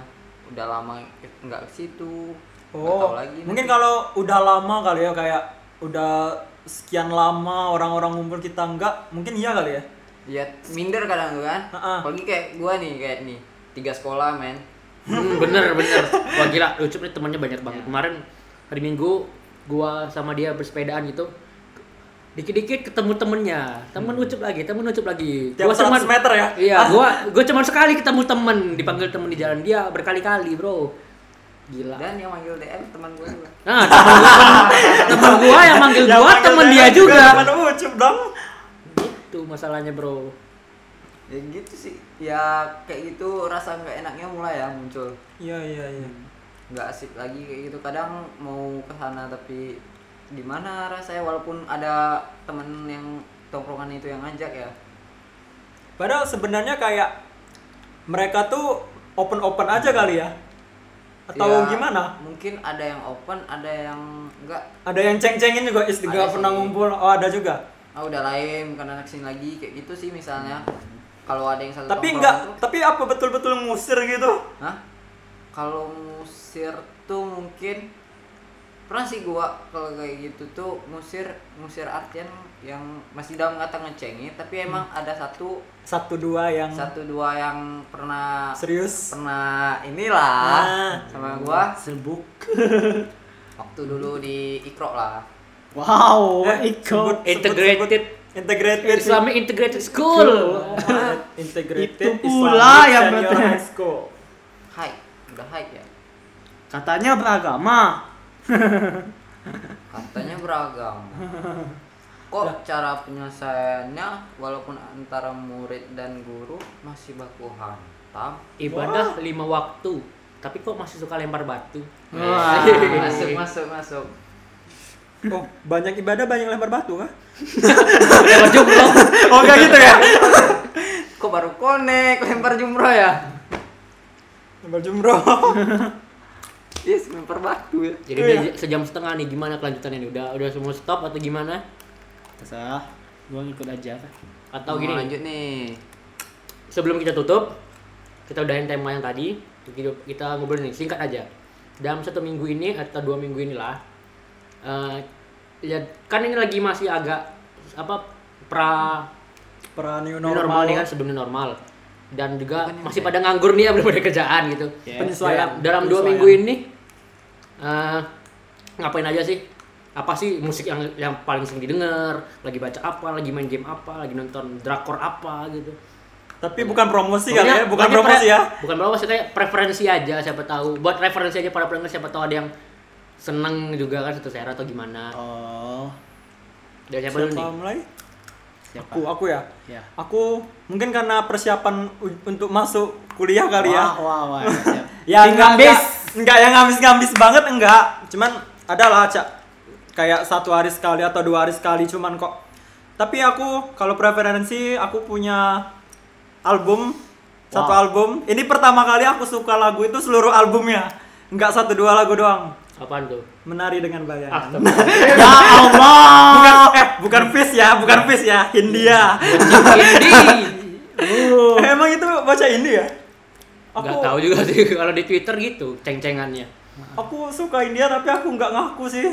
udah lama ke- nggak ke situ nggak Oh, tahu lagi mungkin nanti. kalau udah lama kali ya kayak udah sekian lama orang-orang ngumpul kita enggak, mungkin iya kali ya. ya minder kadang gua kan Ha-ha. apalagi kayak gua nih kayak nih tiga sekolah men Hmm, bener bener. Wah gila, lucu nih temannya banyak Iya. banget. Kemarin hari Minggu gua sama dia bersepedaan gitu. Dikit-dikit ketemu temennya, temen ucup lagi, temen ucup lagi. Hmm. Tiap 100 meter ya? Iya, gua gua cuma sekali ketemu temen, dipanggil temen di jalan dia berkali-kali, Bro. Gila. dan yang manggil DM teman gua juga Nah, temen gua, temen gua yang manggil Yang gua, manggil temen saya dia juga. Temen ucup dong. Itu masalahnya, Bro. ya gitu sih ya kayak gitu rasa nggak enaknya mulai ya muncul Iya iya iya. nggak asik lagi kayak gitu kadang mau ke sana tapi gimana rasanya walaupun ada temen yang tongkrongan itu yang ngajak ya Padahal sebenarnya kayak mereka tuh open-open aja kali ya. Atau Ya, gimana? mungkin ada yang open ada yang enggak Ada yang ceng-cengin juga is Ada gak pernah sih. ngumpul. Oh, ada juga. ah udah lain karena kesini lagi kayak gitu sih misalnya kalau ada yang satu Tapi tongkrongan enggak, tuh- tapi apa betul-betul ngusir gitu? Hah? Kalau musir tuh mungkin pernah sih gua kalau kayak gitu tuh musir musir artian yang masih dalam kata ngecengin tapi Hmm. emang ada satu Satu dua yang satu dua yang pernah serius. pernah inilah Ah. sama gua Serbuk. waktu dulu di ikro lah Wow, Eh, sebut, Iko. sebut, Integrated. sebut. Integrated. Islamic Integrated School. Integrated Itu pula Islamic yang Senior berarti. High School. high udah high ya Katanya beragama. katanya beragam kok cara penyelesaiannya walaupun antara murid dan guru masih baku hantam Ibadah lima waktu. Tapi kok masih suka lempar batu? Wah. masuk masuk masuk Oh, banyak ibadah banyak lempar batu kah? Lempar jumroh. Oh, kayak gitu ya. kok baru konek lempar jumroh ya Lempar jumroh. yes lempar batu ya Jadi udah sejam setengah nih gimana kelanjutannya nih? Udah udah semua stop atau gimana? Terserah. Gua ngikut aja. Atau Mau gini nih, lanjut nih sebelum kita tutup kita udahin tema yang tadi kita, kita ngobrol nih singkat aja dalam satu minggu ini atau dua minggu inilah eh, ya kan ini lagi masih agak apa pra Peran new normal, normal, nih kan sebelum new normal dan juga masih pada nganggur nih ya belum ada kerjaan gitu Penyesuaian. dalam, dalam dua Iya. Penyesuaian. minggu ini eh, ngapain aja sih apa sih musik yang yang paling sering didengar lagi baca apa lagi main game apa lagi nonton drakor apa gitu Tapi bukan promosi kali Iya, Pokoknya- ya, bukan pokoknya promosi pre- ya. bukan promosi kayak preferensi aja siapa tahu buat referensi aja para pendengar siapa tahu ada yang seneng juga kan satu daerah atau gimana Oh, dari siapa dulu Ya, Siapa nih mulai? siapa? Aku, aku ya. Ya. Aku mungkin karena persiapan u- untuk masuk kuliah kali ya. Wah, wah, wah. siap. ya Di enggak, ngambis. enggak, enggak yang ngabis-ngabis banget enggak cuman adalah cak kayak satu hari sekali atau dua hari sekali cuman kok tapi aku kalau preferensi aku punya album satu album ini pertama kali aku suka lagu itu seluruh albumnya enggak satu dua lagu doang apaan tuh menari dengan ah bayangan tapi- Ya Allah. bukan eh bukan fish ya bukan fish ya Hindia Jadi, Eh, emang itu baca ya? India nggak tahu juga sih kalau di Twitter gitu ceng-cengannya. aku suka India tapi aku nggak ngaku sih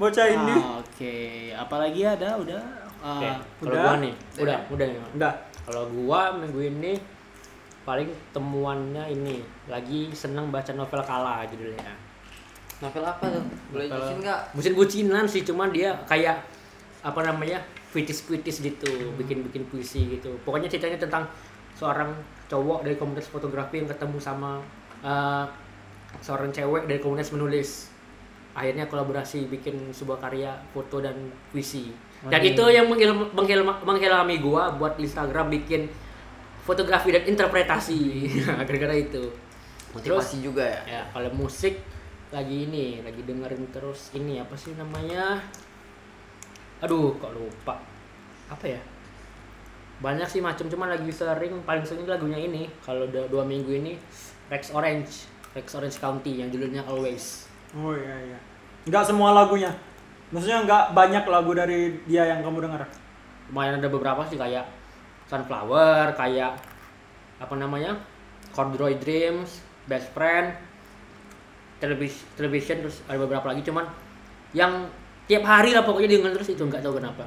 bocah ini Ah, Oke, apalagi ada udah. Ah, Oke, kalau udah. gua nih, udah, udah ya. udah Kalau gua minggu ini paling temuannya ini lagi seneng baca novel Kala judulnya. Novel apa tuh? Boleh Novel- jelasin nggak? Bucin bucinan sih, cuman dia kayak apa namanya puitis-puitis Hmm. gitu, bikin-bikin puisi gitu. Pokoknya ceritanya tentang seorang cowok dari komunitas fotografi yang ketemu sama eh, seorang cewek dari komunitas menulis. Akhirnya kolaborasi bikin sebuah karya foto dan puisi. Dan itu yang mengilm- mengilm- mengilhami gua buat Instagram bikin fotografi dan interpretasi Hmm. gara-gara itu. Motivasi juga ya. Ya, kalau musik lagi ini, lagi dengerin terus ini apa sih namanya? Aduh, kok lupa. Apa ya? Banyak sih macam cuman lagi sering paling sering lagunya ini kalau udah dua minggu ini Rex Orange, Rex Orange County yang judulnya Always. Oh iya iya. Enggak semua lagunya. Maksudnya enggak banyak lagu dari dia yang kamu dengar. Lumayan ada beberapa sih kayak Sunflower, kayak apa namanya? Corduroy Dreams, Best Friend, Televis- Television terus ada beberapa lagi cuman yang tiap hari lah pokoknya dengerin terus itu nggak tahu kenapa.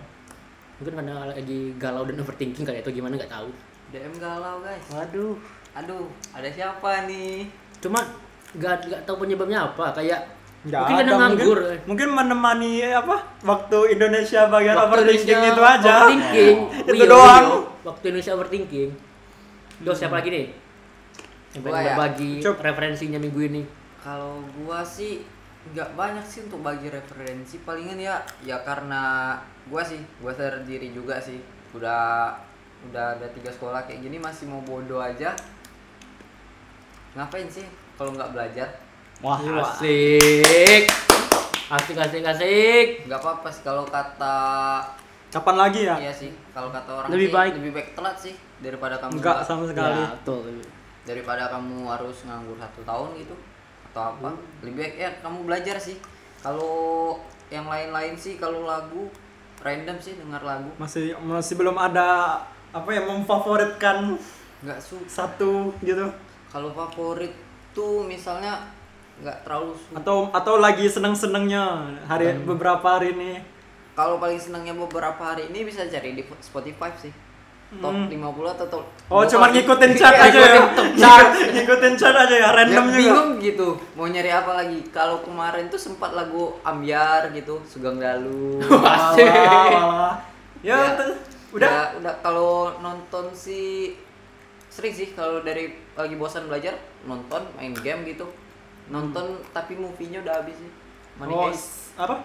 Mungkin karena lagi galau dan overthinking kali ya, atau gimana nggak tahu. DM galau guys. Waduh. Aduh, ada siapa nih? Cuman nggak nggak tahu penyebabnya apa kayak Enggak mungkin ada, karena nganggur. Mungkin, mungkin menemani eh, apa? Waktu Indonesia bagian Waktu overthinking Indonesia itu aja. Overthinking. Oh, iya, Itu Wio, doang. Wio. Waktu Indonesia overthinking. Terus siapa lagi nih? Yang pengen Gua ya. berbagi Cuk. referensinya minggu ini. Kalau gua sih nggak banyak sih untuk bagi referensi palingan ya ya karena gua sih gua sadar diri juga sih udah udah ada tiga sekolah kayak gini masih mau bodoh aja ngapain sih kalau nggak belajar Wah, Asik. Asik asik asik. nggak apa-apa sih kalau kata Kapan lagi ya? iya sih kalau kata orang Lebih sih, baik. lebih baik telat sih daripada Iya. kamu Enggak nggak- sama sekali. Ya, sekali. betul. daripada kamu harus nganggur satu tahun gitu atau apa Hmm. lebih baik ya kamu belajar sih kalau yang lain-lain sih kalau lagu random sih dengar lagu Masih masih belum ada apa yang memfavoritkan nggak suka satu gitu kalau favorit tuh misalnya nggak terlalu suka atau atau lagi seneng-senengnya hari Hmm. beberapa hari ini kalau paling senangnya beberapa hari ini bisa cari di Spotify sih top 50 atau top Hmm. oh gua cuman paling- ngikutin chart aja ya chart ngikutin chart aja ya Ya, random juga bingung gitu mau nyari apa lagi kalau kemarin tuh sempat lagu ambiar gitu sugang dalu Asik. Walah, walah. ya, Ya. tuh. udah Ya, udah kalau nonton sih sering sih kalau dari lagi bosan belajar nonton main game gitu nonton tapi movie-nya udah habis sih Money Oh, Heist s- apa?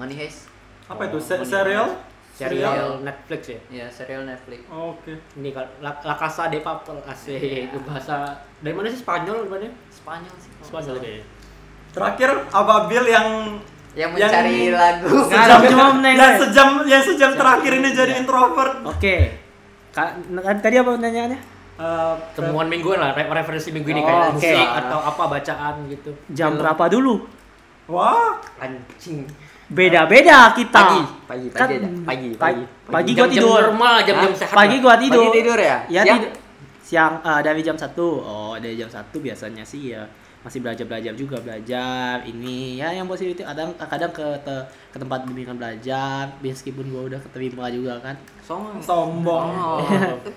Money Heist Apa itu? Se- Money serial? Serial Netflix ya. ya serial Netflix Oh, Oke. Ini kalau La, La Casa de Papel asik. Itu bahasa dari mana sih Spanyol mana? Oh, Spanyol sih kalau nggak Spanyol salah. kayaknya. Terakhir Ababil yang yang mencari lagu sejam Ngarep cuma meneng. yang sejam yang sejam terakhir ini jadi introvert. Oke. Ka- kan tadi apa pertanyaannya? Eh, Temuan mingguan lah, re- referensi minggu ini Oh, kayak oke. musik atau apa bacaan gitu. Jam berapa dulu? wah, Anjing. Beda-beda kita. pagi pagi pagi Kan- aja pagi pagi. pagi Pagi gua Jam-jam tidur. normal, jam-jam Hah? sehat. Pagi gua tidur. Pagi tidur ya? Iya, Siang? tidur. Siang eh, dari jam 1. Oh, dari jam 1 biasanya sih ya. masih belajar belajar juga belajar ini ya yang positif kadang kadang ke te- ke tempat bimbingan belajar meskipun gua udah keterima juga kan Sombong. Sombong. Oh.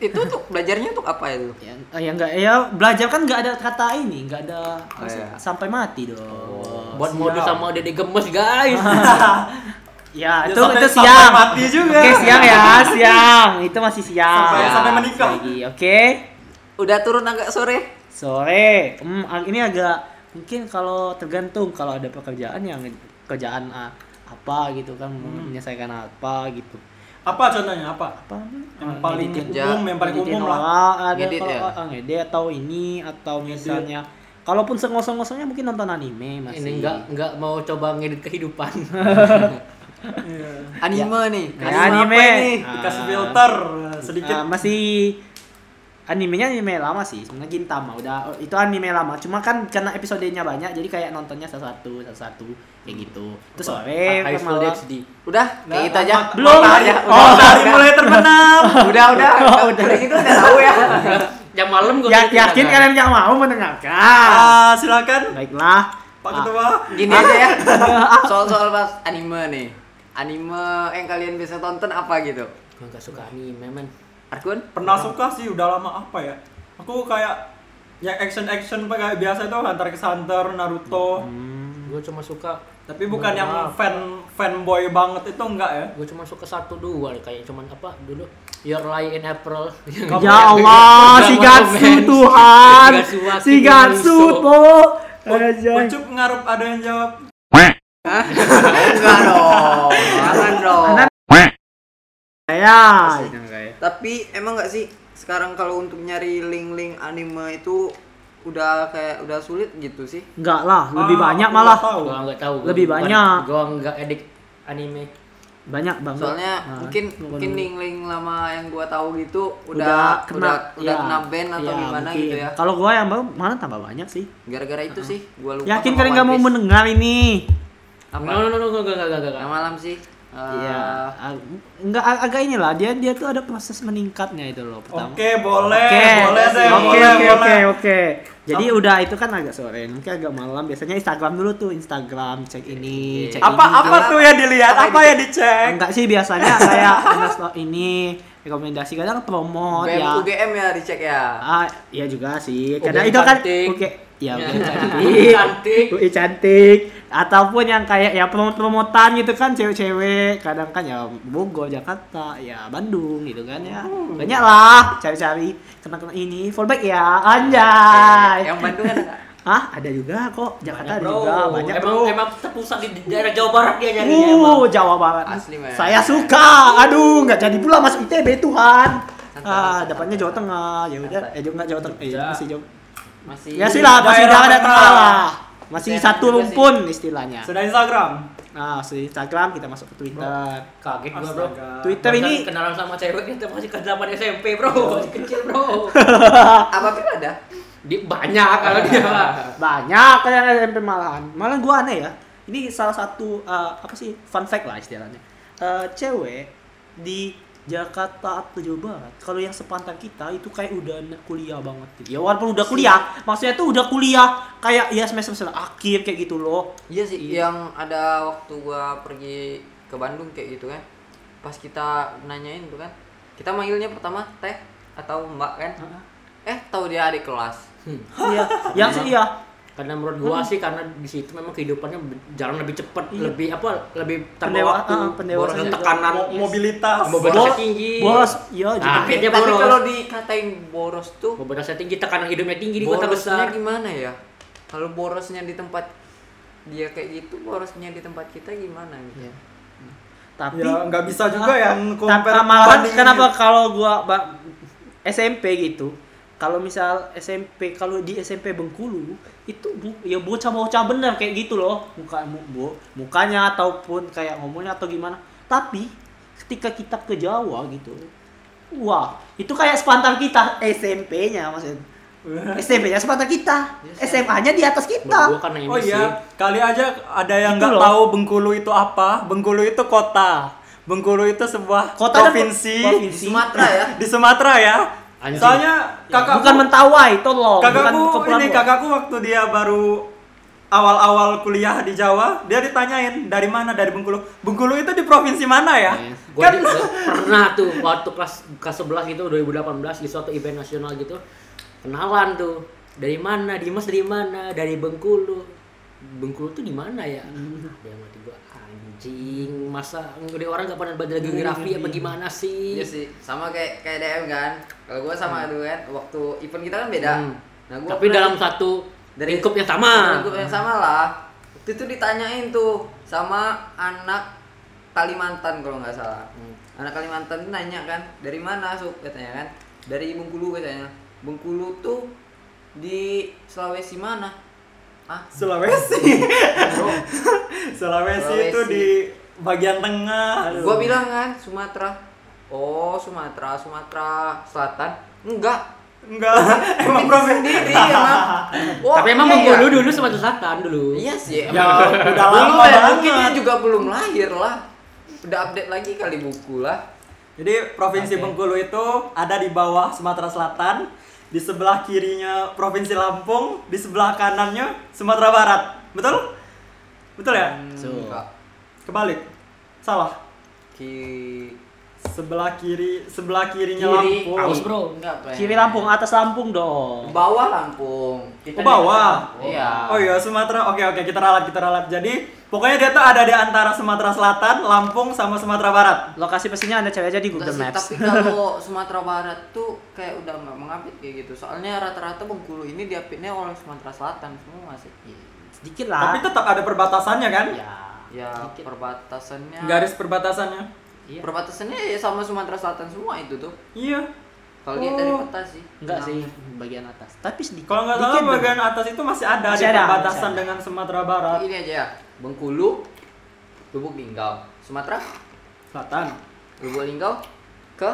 itu tuh belajarnya untuk apa itu? ya eh, ya nggak ya belajar kan nggak ada kata ini nggak ada Oh, iya. Oh. sampai mati dong buat siap. modus sama dede gemes guys ya Ya, itu sampai- itu sampai siang mati juga. oke siang ya siang itu masih siang Sampai- Ya, sampai menikah. lagi oke Udah turun agak sore. sore hmm, ag- ini agak mungkin kalau tergantung kalau ada pekerjaan yang kerjaan ah, apa gitu kan menyelesaikan apa gitu Apa contohnya Hmm. apa? apa Yang eh, paling ngeditin- kerja, umum, yang paling ngeditin umum lah. orang, ada Ngedit kalau ya? ah, ngedit atau ini atau misalnya kalaupun sengosong-ngosongnya mungkin nonton anime masih ini nggak nggak mau coba ngedit kehidupan Eh, Iya. Anime nih. Kayak Kasih anime. apa ini? Ah. Dikasih filter eh, sedikit. Ah, masih animenya anime lama sih sebenarnya Gintama udah itu anime lama cuma kan karena episodenya banyak jadi kayak nontonnya satu-satu satu-satu kayak gitu terus sore Ah, high school malam- DxD Udah, kayak kita aja. Belum. Matahari, udah, Oh, udah, dari kan? udah. mulai terbenam. Udah, udah. Udah gitu udah tahu ya. yang malam gue Ya, yakin kalian nggak mau mendengarkan Ah, silakan baiklah Pak Ah, Ketua. Gini aja ya. Soal-soal pas anime nih. Anime yang kalian biasa tonton apa gitu? gue nggak suka anime men Arkun? Pernah suka sih udah lama apa ya? Aku kayak yang action-action kayak biasa itu Hunter x Hunter, Naruto. Hmm. gue cuma suka Tapi bukan yang fan fanboy banget itu enggak ya. gue cuma suka satu dua deh, kayak cuman apa dulu Your Lie in April Ya Allah, si Gatsu ya. Tuhan. Si Gatsu, Eh, Bo. Oh, Aja. Ucup ngarup ada yang jawab. Oh, Enggak dong. Jangan dong. Ya. Tapi emang nggak sih sekarang kalau untuk nyari link-link anime itu udah kayak udah sulit gitu sih. Enggak lah, lebih Ah, banyak aku malah. nggak tahu. gue nggak tahu Lebih banyak. gue nggak edik anime Banyak banget. Soalnya Nah, mungkin bukan- mungkin link-link lama yang gua tahu gitu udah udah udah kena udah, ya, kena ban atau ya, gimana mungkin. gitu ya. Kalau gua yang baru mana tambah banyak sih. Gara-gara itu sih gua lupa. Yakin sama kalian nggak One mau Piece. mendengar ini? Apa? no no no no gak gak gak Yang malam sih. Eh, Iya. ag- Enggak ag- agak inilah dia dia tuh ada proses meningkatnya itu Oh, loh pertama. Oke, boleh. Oke, Eh, Boleh deh, oke, boleh, oke, oke, boleh. oke. Jadi udah itu kan agak sore, mungkin agak malam. Biasanya Instagram dulu tuh, Instagram cek ini, cek Apa ini. apa tuh yang ya? Eh, dilihat? Apa yang Apa yang dicek? Enggak sih biasanya kayak Ernesto ini rekomendasi kadang promo BM ya. UGM ya dicek ya. Ah, iya juga sih. Karena UGM itu kan cantik. oke. Ya, Ya. UGM cantik. Cantik. UI cantik. Ataupun yang kayak ya promo-promotan gitu kan cewek-cewek. Kadang kan ya Bogor, Jakarta, ya Bandung gitu kan ya. Banyak lah cari-cari kena-kena ini. Fallback ya, anjay. Yang Bandung kan ada. Hah, ada juga kok. Jakarta ada juga, banyak emang bro. emang terpusat di daerah Jawa Barat dia nyarinya emang Uh, Jawa Barat. Asli, men. Saya suka. Aduh, nggak jadi pula masuk ITB Tuhan. Santai, Ah, santai, dapatnya Jawa Tengah. Ya udah, Santai. eh juga Jawa Tengah. Eh, Ya. masih Jawa. Masih Ya sih lah, masih Daerah Jawa dan Tengah. Tengah lah. Masih Saya satu juga rumpun istilahnya. Sudah Instagram. Nah, si Instagram kita masuk ke Twitter. kaget gue bro Astaga. Twitter Bahkan ini kenalan sama cewek itu masih kelas 8 SMP bro masih kecil bro Apa pun ada. di banyak kalau dia mah. banyak kalian SMP malahan. Malah gua aneh ya. Ini salah satu eh, apa sih fun fact lah istilahnya. Eh, cewek di Jakarta atau Jawa Barat, kalau yang sepantar kita itu kayak udah anak kuliah banget. gitu. Ya walaupun udah kuliah, maksudnya tuh udah kuliah kayak ya semester semester akhir kayak gitu loh. Iya sih, yang ada waktu gua pergi ke Bandung kayak gitu kan. Pas kita nanyain tuh kan, kita manggilnya pertama teh atau mbak kan. Eh, tahu dia adik kelas. Iya, yang sih iya. karena menurut gua sih karena di situ memang kehidupannya be- jalan lebih cepat lebih apa lebih tambah Pendewa- waktu ah, pendewasaan boros juga. tekanan Mo- mobilitas. mobilitasnya tinggi Boros, iya juga. Ah. Tapi dia tapi boros. kalau dikatain boros tuh mobilitasnya tinggi tekanan hidupnya tinggi di kota borosnya besar gimana ya? Kalau borosnya di tempat dia kayak gitu, borosnya di tempat kita gimana Iya. gitu. Tapi Ya, nggak bisa juga yang compare gitu. Tapi malahan bandingin. kenapa kalau gua ba- SMP gitu, kalau misal SMP kalau di SMP Bengkulu itu bu, ya bocah-bocah bener kayak gitu loh, muka mu- bu- mukanya ataupun kayak ngomongnya atau gimana. Tapi ketika kita ke Jawa gitu, wah, itu kayak sepantar kita SMP-nya maksudnya. SMP-nya sepantar kita, SMA-nya di atas Menurut gua kita. karena ini Oh sih iya, kali aja ada yang Gitu nggak loh. tahu Bengkulu itu apa. Bengkulu itu kota. Bengkulu itu sebuah Kota dan provinsi, provinsi. Sumatera ya. di Sumatera ya. Anjing. Soalnya kakak bukan mentawai, Oh, tolong. kakakku bukan keperluan ini lo. kakakku waktu dia baru awal-awal kuliah di Jawa dia ditanyain dari mana dari Bengkulu Bengkulu itu di provinsi mana ya Gue kan pernah tuh waktu kelas kelas 11 gitu 2018 di suatu event nasional gitu kenalan tuh dari mana Dimas dari mana dari Bengkulu Bengkulu tuh di mana ya Hmm. dia mati gua anjing masa udah orang gak pernah belajar geografi apa gimana sih Iya sih, sama kayak kayak DM kan. Kalau gua sama tuh kan, waktu event kita kan beda. Hmm. Nah, gua tapi pernah- dalam satu Dari- lingkup yang sama lingkup yang sama lah. Waktu itu ditanyain tuh sama anak Kalimantan kalau nggak salah. Anak Kalimantan tuh nanya kan, dari mana sup katanya kan? Dari Bengkulu katanya. Bengkulu tuh di Sulawesi mana? Ah, Sulawesi bro. Sulawesi itu Sulawesi. di bagian tengah gua bilang kan Sumatera. Oh, Sumatera, Sumatera Selatan. Enggak, enggak emang provinsi sendiri emang. Wah, tapi emang iya ya? Bengkulu dulu Sumatera Selatan dulu Iya sih. ya Emang. udah belum lama ya, banget mungkin dia juga belum lahir lah. Udah update lagi kali buku lah. Jadi provinsi Bengkulu itu ada di bawah Sumatera Selatan, di sebelah kirinya provinsi Lampung, di sebelah kanannya Sumatera Barat. Betul? Betul ya? Hmm. Enggak. Kebalik. Salah. Ki Sebelah kiri, sebelah kirinya Kiri. Lampung. Aus, bro. Enggak, Pak. Kiri Lampung, atas Lampung dong. bawah Lampung. Kita Ke Oh, bawah. di atas Lampung. Iya. Oh iya, Sumatera. Oke, oke, kita ralat, kita ralat. Jadi, pokoknya dia tuh ada di antara Sumatera Selatan, Lampung sama Sumatera Barat. Lokasi pastinya Anda cari aja di Enggak Google sih, Maps. tapi kalau Sumatera Barat tuh kayak udah nggak mengupdate kayak gitu. Soalnya rata-rata Bengkulu ini diupdate-nya oleh Sumatera Selatan semua sih. Sedikit lah. Tapi Iya. tetap ada perbatasannya kan? Ya, perbatasannya Garis perbatasannya. perbatasannya ya sama Sumatera Selatan semua itu tuh. Iya. Kalau lihat dari peta sih. Enggak Nah, sih, bagian atas. Tapi sedikit. Kalau nggak salah Dikit dong. bagian atas itu masih ada Masih di ada, perbatasan masih ada. dengan Sumatera Barat. Ini aja ya. Bengkulu, Lubuk Linggau, Sumatera, Selatan. Lubuk Linggau ke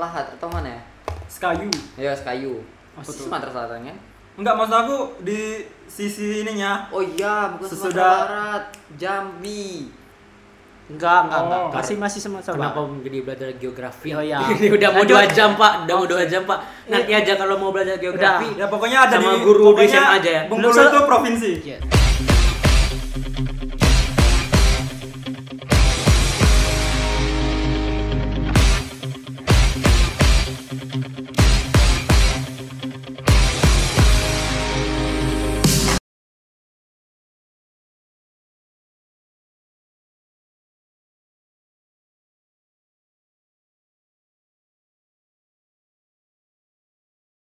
Lahat atau mana ya? Sekayu. Ya Kayu. Oh, betul. Sumatera Selatan kan? Enggak maksud aku di sisi ininya. Oh iya, bukan Sumatera Sesudah- Barat, Jambi. Enggak, enggak, enggak. Oh. Masih masih semua sama. Kenapa jadi belajar geografi? Oh, iya. Ini udah mau Lanjut. dua jam pak, udah Oh. mau dua jam pak. Nanti Iya. aja kalau mau belajar geografi. Ya pokoknya ada Sama di guru di pokoknya SMA aja ya. Bengkulu Belum sel- itu provinsi. Iya.